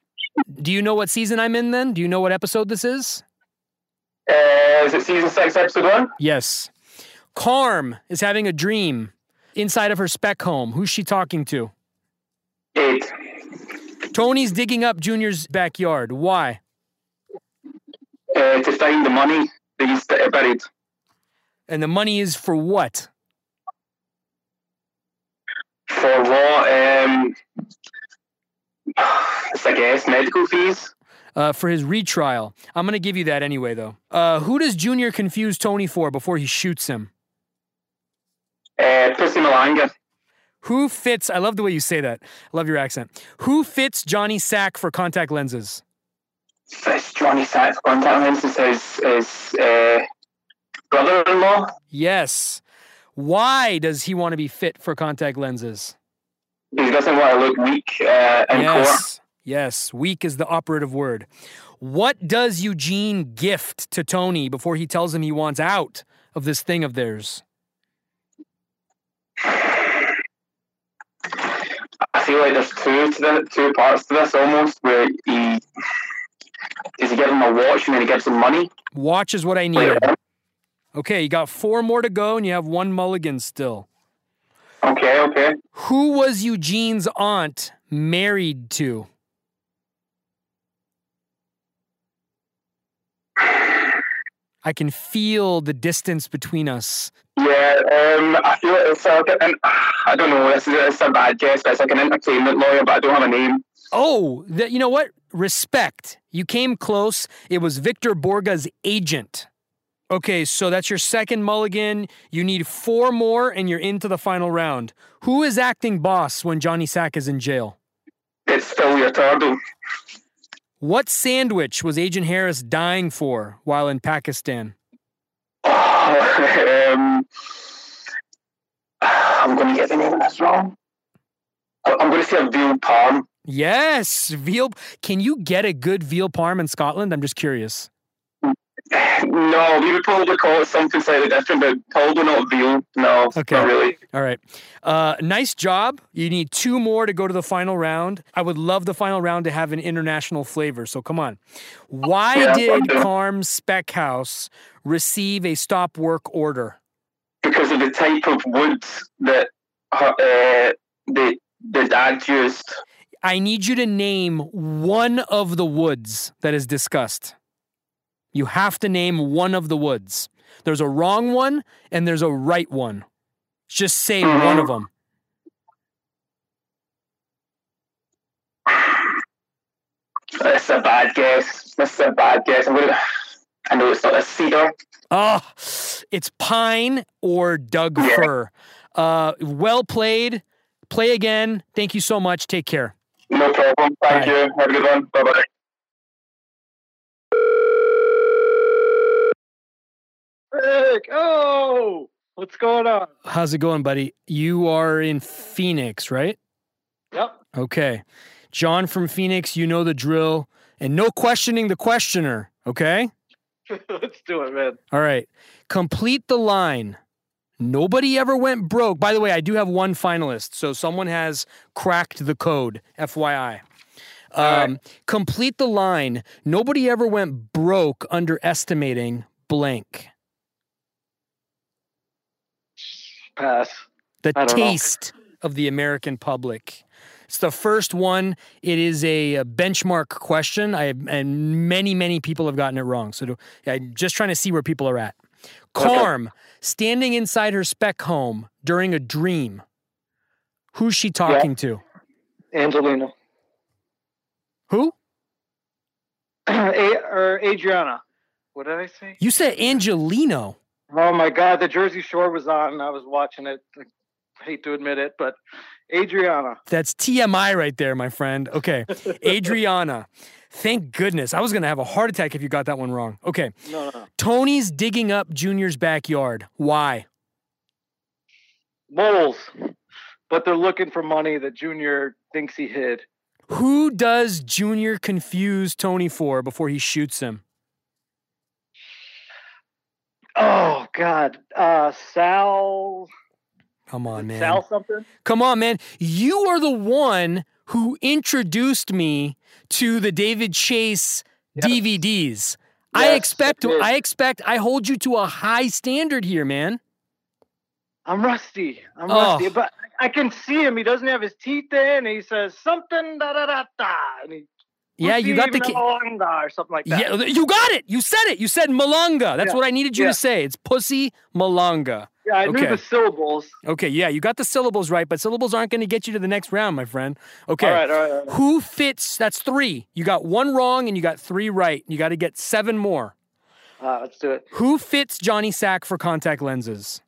[SPEAKER 1] Do you know what season I'm in? Then do you know what episode this is?
[SPEAKER 11] uh, is it season six, episode one?
[SPEAKER 1] Yes. Carm is having a dream inside of her spec home. Who's she talking to?
[SPEAKER 11] Eight.
[SPEAKER 1] Tony's digging up Junior's backyard. Why?
[SPEAKER 11] Uh, to find the money that he's uh, buried.
[SPEAKER 1] And the money is for what?
[SPEAKER 11] for what? Um, it's I guess medical fees.
[SPEAKER 1] uh, for his retrial. I'm going to give you that anyway, though. Uh, who does Junior confuse Tony for before he shoots him?
[SPEAKER 11] Uh, Pussy Malanga.
[SPEAKER 1] Who fits? I love the way you say that. I love your accent. Who fits Johnny Sack for contact lenses?
[SPEAKER 11] It's Johnny Sachs contact lenses. His his uh, brother-in-law.
[SPEAKER 1] Yes. Why does he want to be fit for contact lenses?
[SPEAKER 11] He doesn't want to look weak uh, in court.
[SPEAKER 1] Yes. Yes. Weak is the operative word. What does Eugene gift to Tony before he tells him he wants out of this thing of theirs?
[SPEAKER 11] I feel like there's two to the, two parts to this almost. Where he does he give him a watch and then he gives him money
[SPEAKER 1] Watch is what I
[SPEAKER 11] later
[SPEAKER 1] needed.
[SPEAKER 11] on.
[SPEAKER 1] Okay, you got four more to go, and you have one mulligan still.
[SPEAKER 11] Okay, okay.
[SPEAKER 1] Who was Eugene's aunt married to? I can feel the distance between us.
[SPEAKER 11] Yeah, um, I feel like it's like an, I don't know. This is it's a bad guess, but it's like an entertainment lawyer, but I don't have a name.
[SPEAKER 1] Oh, th- you know what? Respect. You came close. It was Victor Borga's agent. Okay, so that's your second mulligan. You need four more, and you're into the final round. Who is acting boss when Johnny Sack is in jail?
[SPEAKER 11] It's Phil Leotardo.
[SPEAKER 1] What sandwich was Agent Harris dying for while in Pakistan?
[SPEAKER 11] Oh, um, I'm going to get the name of this wrong. I- I'm going to say a veal palm.
[SPEAKER 1] Yes, veal. Can you get a good veal parm in Scotland? I'm just curious.
[SPEAKER 11] No, we would probably call it something slightly different, but probably not veal. No,
[SPEAKER 1] Okay.
[SPEAKER 11] not really.
[SPEAKER 1] All right. Uh, nice job. You need two more to go to the final round. I would love the final round to have an international flavor. So come on. Why
[SPEAKER 11] Yeah,
[SPEAKER 1] did
[SPEAKER 11] okay.
[SPEAKER 1] Carm Speckhouse receive a stop work order?
[SPEAKER 11] Because of the type of wood that her- uh, the, the dad used.
[SPEAKER 1] I need you to name one of the woods that is discussed. You have to name one of the woods. There's a wrong one and there's a right one. Just say one of them.
[SPEAKER 11] That's a bad guess. That's a bad guess. I'm going to. I know it's not a cedar.
[SPEAKER 1] Oh, it's pine or Doug
[SPEAKER 11] Yeah.
[SPEAKER 1] fir. Uh, well played. Play again. Thank you so much. Take care.
[SPEAKER 11] No problem. Thank
[SPEAKER 1] Bye.
[SPEAKER 11] you. Have a good one. Bye bye.
[SPEAKER 4] Rick, oh, what's going on?
[SPEAKER 1] How's it going, buddy? You are in Phoenix, right?
[SPEAKER 4] Yep.
[SPEAKER 1] Okay. John from Phoenix, you know the drill. And no questioning the questioner, okay?
[SPEAKER 4] Let's do it, man.
[SPEAKER 1] All right. Complete the line. Nobody ever went broke. By the way, I do have one finalist, so someone has cracked the code, FYI. Um, Complete the line. Nobody ever went broke underestimating blank.
[SPEAKER 4] Pass.
[SPEAKER 1] The
[SPEAKER 3] I don't know.
[SPEAKER 1] taste of the American public. It's the first one. It is a, uh, benchmark question. I and many many people have gotten it wrong. So do, I'm just trying to see where people are at. Carm standing inside her spec home during a dream. Who's she talking to?
[SPEAKER 4] Angelina.
[SPEAKER 1] Who?
[SPEAKER 4] A- or Adriana. What did I say?
[SPEAKER 1] You said Angelino.
[SPEAKER 4] Oh my God, the Jersey Shore was on and I was watching it. I hate to admit it, but Adriana.
[SPEAKER 1] That's TMI right there, my friend. Okay. Adriana. Thank goodness. I was going to have a heart attack if you got that one wrong. Okay.
[SPEAKER 4] No, no, no.
[SPEAKER 1] Tony's digging up Junior's backyard. Why?
[SPEAKER 4] Moles. But they're looking for money that Junior thinks he hid.
[SPEAKER 1] Who does Junior confuse Tony for before he shoots him?
[SPEAKER 4] Oh God. Uh Sal
[SPEAKER 1] Come on, man.
[SPEAKER 4] Sal something?
[SPEAKER 1] Come on, man. You are the one who introduced me to the David Chase DVDs. I
[SPEAKER 4] Yes,
[SPEAKER 1] expect
[SPEAKER 4] I did.
[SPEAKER 1] I expect I hold you to a high standard here, man.
[SPEAKER 4] I'm rusty. I'm
[SPEAKER 1] Oh.
[SPEAKER 4] rusty. But I can see him. He doesn't have his teeth in. He says something da da da da and he
[SPEAKER 1] Yeah, you got the
[SPEAKER 4] Pussy
[SPEAKER 1] ki-
[SPEAKER 4] Malanga or something like that.
[SPEAKER 1] Yeah, you got it. You said it. You said Malanga. That's
[SPEAKER 4] Yeah.
[SPEAKER 1] what I needed you
[SPEAKER 4] Yeah.
[SPEAKER 1] to say. It's pussy Malanga.
[SPEAKER 9] Yeah, I
[SPEAKER 1] Okay.
[SPEAKER 9] knew the syllables.
[SPEAKER 1] Okay, yeah, you got the syllables right, but syllables aren't going to get you to the next round, my friend. Okay.
[SPEAKER 9] All right, all right, all right.
[SPEAKER 1] Who fits? That's three. You got one wrong and you got three right. You got to get seven more.
[SPEAKER 9] Uh, let's do it.
[SPEAKER 1] Who fits Johnny Sack for contact lenses?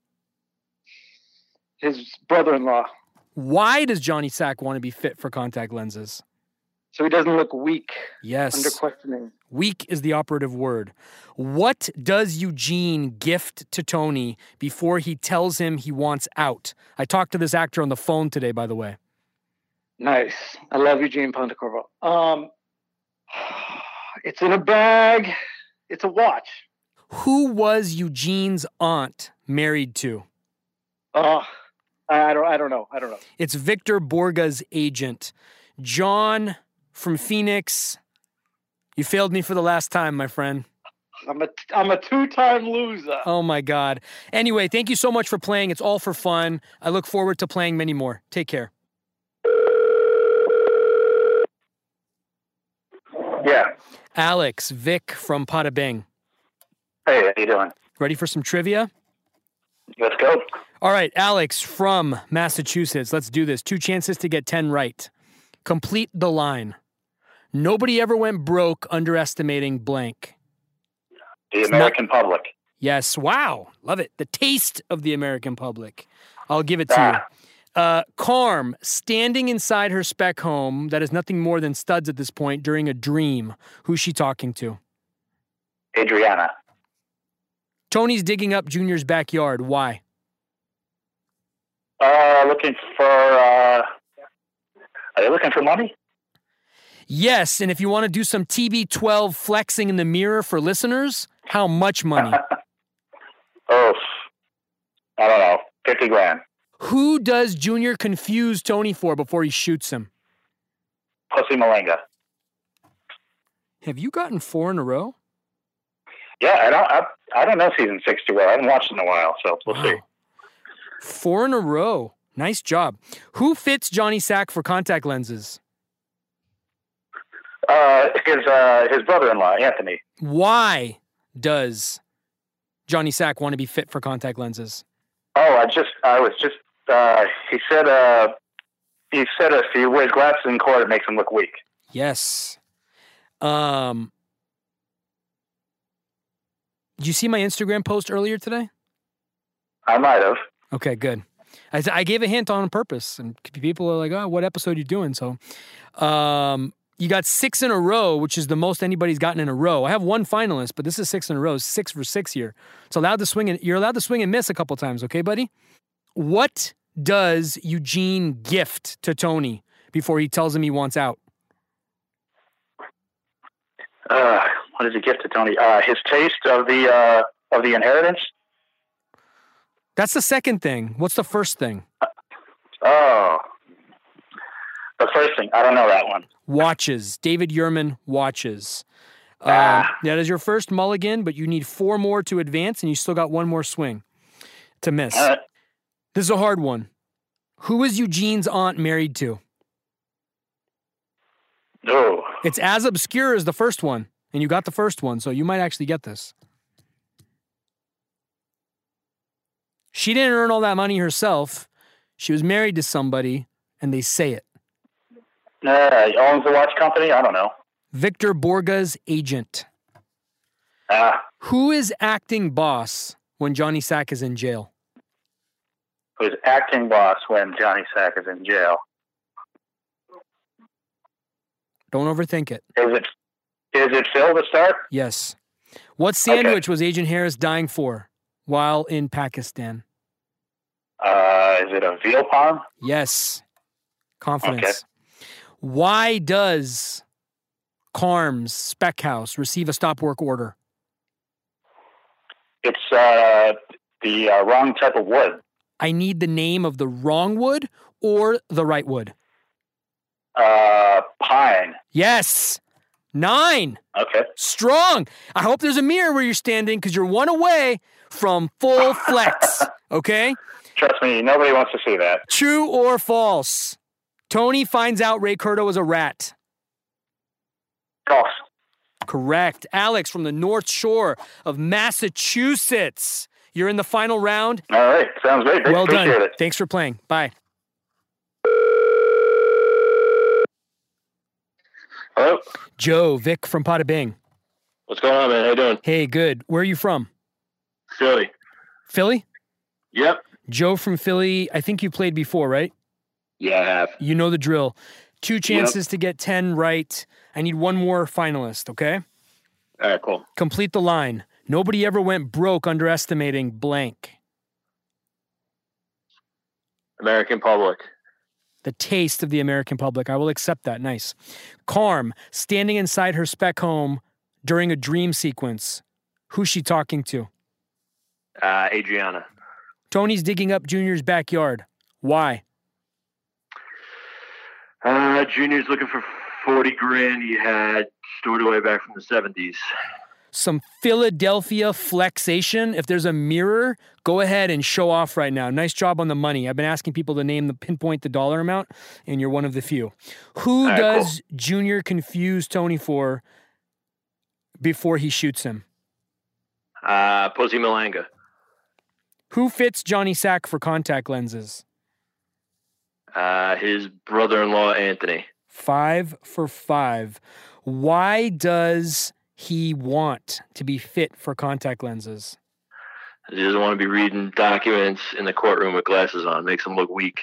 [SPEAKER 9] His brother-in-law,
[SPEAKER 1] Why does Johnny Sack want to be fit for contact lenses?
[SPEAKER 9] so he doesn't look weak under
[SPEAKER 1] Yes.
[SPEAKER 9] questioning.
[SPEAKER 1] Weak is the operative word. What does Eugene gift to Tony before he tells him he wants out? I talked to this actor on the phone today, by the way.
[SPEAKER 9] Nice. I love Eugene Pontecorvo. Um, it's in a bag. It's a watch.
[SPEAKER 1] Who was Eugene's aunt married to?
[SPEAKER 9] Uh, I I don't. I don't know. I don't know.
[SPEAKER 1] It's Victor Borga's agent, John from Phoenix. You failed me for the last time, my friend.
[SPEAKER 9] I'm a. I'm a two-time loser.
[SPEAKER 1] Oh my God. Anyway, thank you so much for playing. It's all for fun. I look forward to playing many more. Take care.
[SPEAKER 7] Yeah.
[SPEAKER 1] Alex, Vic from Pada Bing.
[SPEAKER 7] Hey, how you doing?
[SPEAKER 1] Ready for some trivia?
[SPEAKER 7] Let's go.
[SPEAKER 1] All right, Alex from Massachusetts. Let's do this. Two chances to get 10 right. Complete the line. Nobody ever went broke underestimating blank.
[SPEAKER 7] The
[SPEAKER 1] It's not-
[SPEAKER 7] American public.
[SPEAKER 1] Yes. Wow. Love it. The taste of the American public. I'll give it to
[SPEAKER 7] Ah.
[SPEAKER 1] you. Uh, Carm, standing inside her spec home that is nothing more than studs at this point during a dream. Who's she talking to?
[SPEAKER 7] Adriana.
[SPEAKER 1] Tony's digging up Junior's backyard. Why?
[SPEAKER 7] Uh, looking for. Uh, are they looking for money?
[SPEAKER 1] Yes. And if you want to do some TB12 flexing in the mirror for listeners, how much money?
[SPEAKER 7] Oh, I don't know. Fifty grand.
[SPEAKER 1] Who does Junior confuse Tony for before he shoots him?
[SPEAKER 7] Pussy Malenga.
[SPEAKER 1] Have you gotten four in a row?
[SPEAKER 7] Yeah, I don't. I, I don't know season six too well. I haven't watched in a while, so we'll see.
[SPEAKER 1] Wow. Four in a row. Nice job. Who fits Johnny Sack for contact lenses?
[SPEAKER 7] Uh, his uh, his brother-in-law Anthony.
[SPEAKER 1] Why does Johnny Sack want to be fit for contact lenses?
[SPEAKER 7] Oh, I just I was just. Uh, he said. Uh, he said if he wears glasses in court, it makes him look weak.
[SPEAKER 1] Yes. Um Did you see my Instagram post earlier today?
[SPEAKER 7] I might have.
[SPEAKER 1] Okay, good. I, I gave a hint on purpose, and people are like, "Oh, what episode you doing?" So, um, you got six in a row, which is the most anybody's gotten in a row. I have one finalist, but this is six in a row, six for six here. It's allowed to swing, and you're allowed to swing and miss a couple times, okay, buddy? What does Eugene gift to Tony before he tells him he wants out?
[SPEAKER 7] Uh, what is he gift to Tony? Uh, his taste of the uh, of the inheritance.
[SPEAKER 1] That's the second thing. What's the first thing?
[SPEAKER 7] Oh, the first thing I don't know that one.
[SPEAKER 1] Watches. David Yerman watches. Uh,
[SPEAKER 7] Ah.
[SPEAKER 1] That is your first mulligan, but you need four more to advance, and you still got one more swing to miss.
[SPEAKER 7] All right.
[SPEAKER 1] This is a hard one. Who is Eugene's aunt married to?
[SPEAKER 7] Oh,
[SPEAKER 1] It's as obscure as the first one, and you got the first one, so you might actually get this. She didn't earn all that money herself. She was married to somebody, and they say it.
[SPEAKER 7] uh, he owns the watch company. I don't know.
[SPEAKER 1] Victor Borga's agent.
[SPEAKER 7] Ah,
[SPEAKER 1] Who is acting boss when Johnny Sack is in jail?
[SPEAKER 7] who's acting boss when Johnny Sack is in jail?
[SPEAKER 1] Don't overthink it.
[SPEAKER 7] Is it is it Phil the Stark?
[SPEAKER 1] Yes. What sandwich was Agent Harris dying for while in Pakistan?
[SPEAKER 7] Uh, is it a veal palm?
[SPEAKER 1] Yes. Confidence. Why does Carms Spec House receive a stop work order?
[SPEAKER 7] It's uh, the uh, wrong type of wood.
[SPEAKER 1] I need the name of the wrong wood or the right wood.
[SPEAKER 7] Uh, pine.
[SPEAKER 1] Yes. Nine.
[SPEAKER 7] Okay.
[SPEAKER 1] Strong. I hope there's a mirror where you're standing because you're one away from full flex. Okay?
[SPEAKER 7] Trust me, nobody wants to see that.
[SPEAKER 1] True or false? Tony finds out Ray Curto was a rat.
[SPEAKER 7] False.
[SPEAKER 1] Correct. Alex from the North Shore of Massachusetts. You're in the final round.
[SPEAKER 7] All right. Sounds great.
[SPEAKER 1] well done.
[SPEAKER 7] Appreciate it.
[SPEAKER 1] Thanks for playing. Bye.
[SPEAKER 7] Hello.
[SPEAKER 1] Joe, Vic from Pada Bing.
[SPEAKER 7] What's going on, man? How you doing?
[SPEAKER 1] Hey, good. Where are you from?
[SPEAKER 9] Philly.
[SPEAKER 1] Philly?
[SPEAKER 9] Yep.
[SPEAKER 1] Joe from Philly. I think you played before, right?
[SPEAKER 9] Yeah, I have.
[SPEAKER 1] You know the drill. Two chances to get 10 right. I need one more finalist, okay?
[SPEAKER 9] All right, cool.
[SPEAKER 1] Complete the line. Nobody ever went broke underestimating blank.
[SPEAKER 9] American public.
[SPEAKER 1] The taste of the American public. I will accept that. Nice. Carm, standing inside her spec home during a dream sequence. Who's she talking to?
[SPEAKER 9] Uh, Adriana.
[SPEAKER 1] Tony's digging up Junior's backyard. Why?
[SPEAKER 9] Uh, Junior's looking for 40 grand he had stored away back from the 70s.
[SPEAKER 1] Some Philadelphia flexation. If there's a mirror, go ahead and show off right now. Nice job on the money. I've been asking people to name the pinpoint the dollar amount, and you're one of the few. Who
[SPEAKER 9] right, cool.
[SPEAKER 1] does Junior confuse Tony for before he shoots him?
[SPEAKER 9] Uh, Posey Malanga.
[SPEAKER 1] Who fits Johnny Sack for contact lenses?
[SPEAKER 9] Uh, his brother in law, Anthony.
[SPEAKER 1] Five for five. Why does he want to be fit for contact lenses?
[SPEAKER 9] He doesn't want to be reading documents in the courtroom with glasses on. Makes him look weak.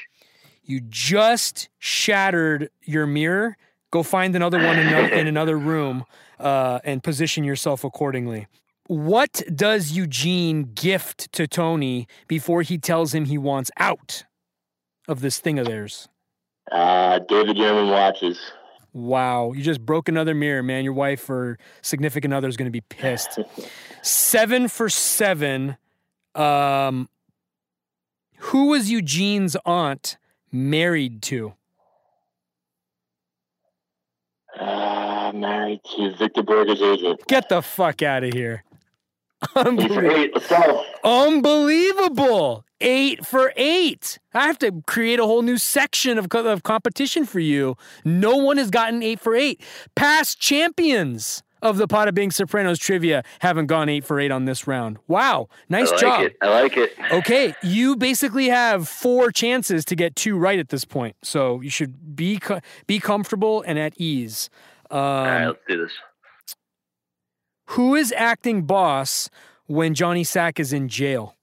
[SPEAKER 1] You just shattered your mirror. Go find another one in, ano- in another room uh, and position yourself accordingly. What does Eugene gift to Tony before he tells him he wants out of this thing of theirs?
[SPEAKER 9] Uh, David Yerman watches.
[SPEAKER 1] Wow, you just broke another mirror, man. Your wife or significant other is going to be pissed. seven for seven. Um, who was Eugene's aunt married to?
[SPEAKER 9] Uh, married to Victor Berger's agent.
[SPEAKER 1] Get the fuck out of here.
[SPEAKER 9] Eight for
[SPEAKER 1] Unbelievable.
[SPEAKER 9] eight. Let's go.
[SPEAKER 1] Unbelievable. Eight for eight. I have to create a whole new section of, co- of competition for you. No one has gotten eight for eight. Past champions of the Pada Bing Sopranos trivia haven't gone eight for eight on this round. Wow. Nice
[SPEAKER 9] I like
[SPEAKER 1] job.
[SPEAKER 9] it. I like it.
[SPEAKER 1] Okay, you basically have four chances to get two right at this point. So you should be co- be comfortable and at ease. Um,
[SPEAKER 9] All right, let's do this.
[SPEAKER 1] Who is acting boss when Johnny Sack is in jail?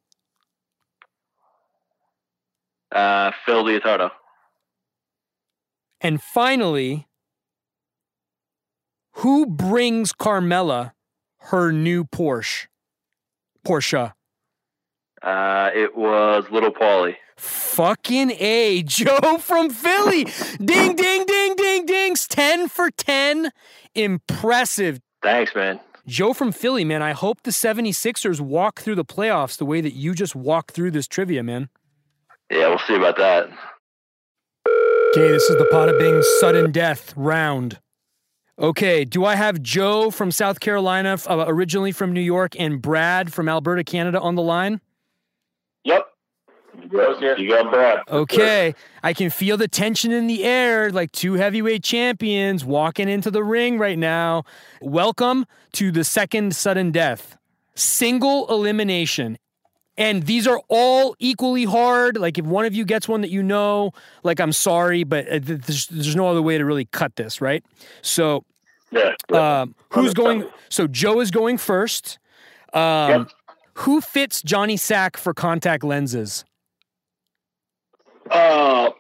[SPEAKER 9] Uh, Phil Leotardo.
[SPEAKER 1] And finally, who brings Carmela her new Porsche? Porsche.
[SPEAKER 9] Uh, it was Little Paulie.
[SPEAKER 1] Fucking A. Joe from Philly. ding, ding, ding, ding, dings. 10 for 10. Impressive.
[SPEAKER 9] Thanks, man.
[SPEAKER 1] Joe from Philly, man. I hope the 76ers walk through the playoffs the way that you just walked through this trivia, man.
[SPEAKER 9] Yeah, we'll see about that.
[SPEAKER 1] Okay, this is the Pada Bing sudden death round. Okay, do I have Joe from South Carolina, f- uh, originally from New York, and Brad from Alberta, Canada on the line?
[SPEAKER 7] Yep. You got Brad.
[SPEAKER 1] Okay, I can feel the tension in the air like two heavyweight champions walking into the ring right now. Welcome to the second sudden death, single elimination. And these are all equally hard. Like, if one of you gets one that you know, like, I'm sorry, but uh, th- there's, there's no other way to really cut this, right? So,
[SPEAKER 7] Yeah.
[SPEAKER 1] um, who's going? So, Joe is going first. Um,
[SPEAKER 7] Yep.
[SPEAKER 1] Who fits Johnny Sack for contact lenses?
[SPEAKER 9] Uh,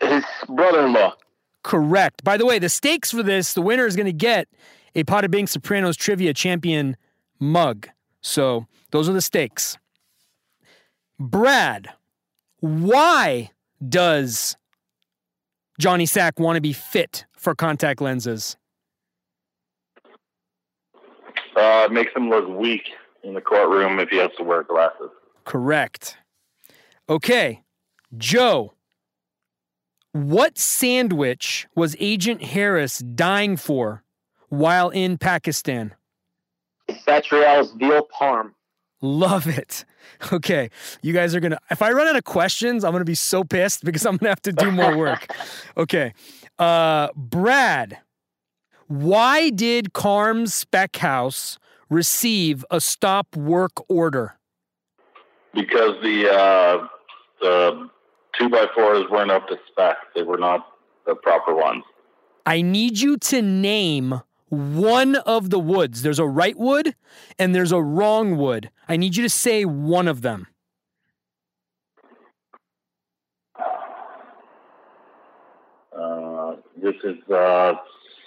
[SPEAKER 9] his brother-in-law.
[SPEAKER 1] Correct. By the way, the stakes for this, the winner is going to get a Pot of Bing Sopranos Trivia Champion mug. So those are the stakes. Brad, why does Johnny Sack want to be fit for contact lenses?
[SPEAKER 7] Uh, makes him look weak in the courtroom if he has to wear glasses.
[SPEAKER 1] Correct. Okay, Joe, what sandwich was Agent Harris dying for while in Pakistan?
[SPEAKER 11] Satrial's veal parm.
[SPEAKER 1] Love it. Okay. You guys are going to, if I run out of questions, I'm going to be so pissed because I'm going to have to do more work. okay. Uh, Brad, why did Carm's spec house receive a stop work order?
[SPEAKER 12] because the uh, the two by fours weren't up to spec. They were not the proper ones.
[SPEAKER 1] I need you to name one of the woods. There's a right wood and there's a wrong wood. I need you to say one of them.
[SPEAKER 12] Uh, this is uh,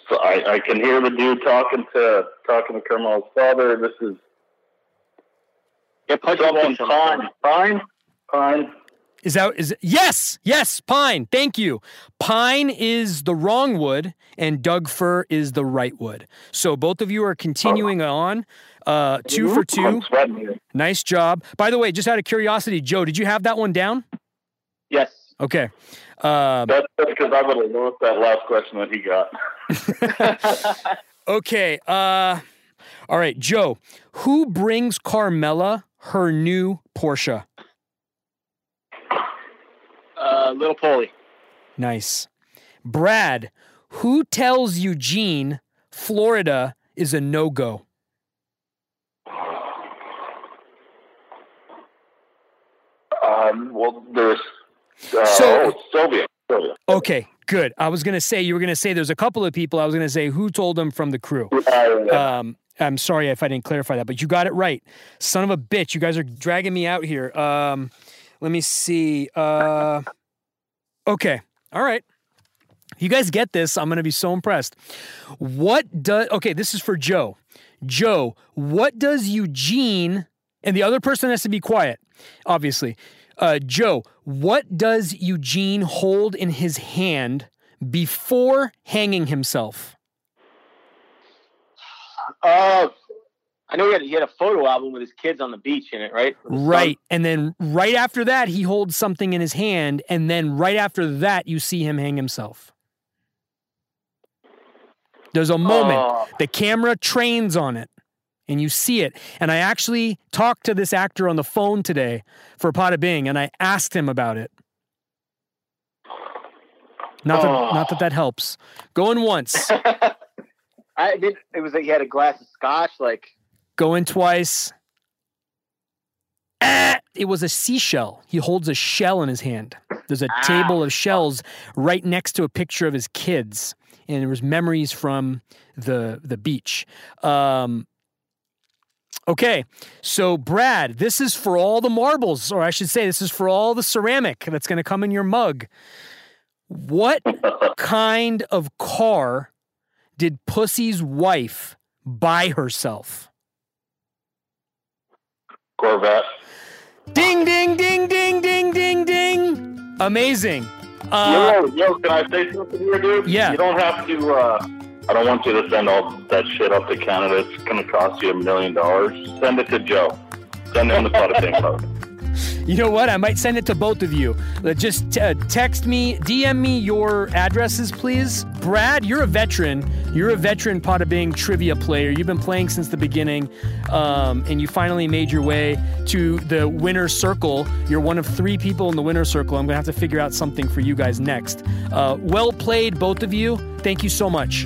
[SPEAKER 12] so I, I can hear the dude talking to talking to Kermal's father. This is
[SPEAKER 7] Yeah,
[SPEAKER 12] something pine, pine, pine.
[SPEAKER 1] Is that is yes, yes, pine. Thank you. Pine is the wrong wood, and Doug fir is the right wood. So both of you are continuing on, uh, two for two.
[SPEAKER 12] I'm sweating here.
[SPEAKER 1] Nice job. By the way, just out of curiosity, Joe, did you have that one down?
[SPEAKER 4] Yes.
[SPEAKER 1] Okay. Um,
[SPEAKER 12] That's because I would have lost that last question that he got.
[SPEAKER 1] okay. Uh, all right, Joe. Who brings Carmela her new Porsche?
[SPEAKER 4] Uh, Little Polly.
[SPEAKER 1] Nice. Brad, who tells Eugene Florida is a no go?
[SPEAKER 12] Um, well, there's uh,
[SPEAKER 1] So-
[SPEAKER 12] oh, Sylvia. Sylvia.
[SPEAKER 1] Okay, good. I was gonna say you were gonna say there's a couple of people. I was gonna say who told them from the crew.
[SPEAKER 12] Uh,
[SPEAKER 1] Um, I'm sorry if I didn't clarify that, but you got it right. Son of a bitch, you guys are dragging me out here. Um, let me see. Uh, okay, all right. If you guys get this, I'm gonna be so impressed. What does? Okay, this is for Joe. Joe, what does Eugene and the other person has to be quiet, obviously. Uh, Joe, what does Eugene hold in his hand before hanging himself?
[SPEAKER 4] Oh, I know he had, he had a photo album with his kids on the beach in it, right? With the sun.
[SPEAKER 1] Right. And then right after that, he holds something in his hand. And then right after that, you see him hang himself. There's a moment.
[SPEAKER 4] Oh.
[SPEAKER 1] The camera trains on it and you see it. And I actually talked to this actor on the phone today for Pada Bing and I asked him about it. Not that, not that that helps. Going once,
[SPEAKER 4] I did. It was like he had a glass of scotch. Like
[SPEAKER 1] going twice. Ah, it was a seashell. He holds a shell in his hand. There's a table of shells right next to a picture of his kids, and there was memories from the the beach. Um, okay, so Brad, this is for all the marbles, or I should say, this is for all the ceramic that's going to come in your mug. What kind of car did Pussy's wife buy herself?
[SPEAKER 12] Corvette.
[SPEAKER 1] Ding, ding, ding, ding, ding, ding, ding. Amazing. Uh,
[SPEAKER 12] yo, yo, can I say something here, dude?
[SPEAKER 1] Yeah.
[SPEAKER 12] You don't have to. Uh, I don't want you to send all that shit up to Canada. It's gonna cost you a million dollars. Send it to Joe. Send him the pot of thing mug.
[SPEAKER 1] you know what? I might send it to both of you. Uh, Just uh, text me, DM me your addresses, please. Brad, you're a veteran. You're a veteran Pada Bing trivia player. You've been playing since the beginning, um, and you finally made your way to the winner's circle. You're one of three people in the winner's circle. I'm going to have to figure out something for you guys next. Uh, well played, both of you. Thank you so much.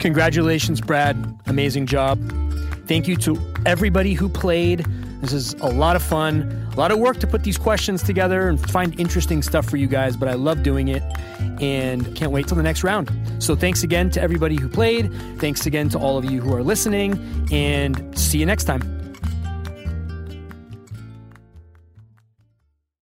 [SPEAKER 1] Congratulations, Brad. Amazing job. Thank you to everybody who played. This is a lot of fun, a lot of work to put these questions together and find interesting stuff for you guys, but I love doing it and can't wait till the next round. So, thanks again to everybody who played. Thanks again to all of you who are listening, and see you next time.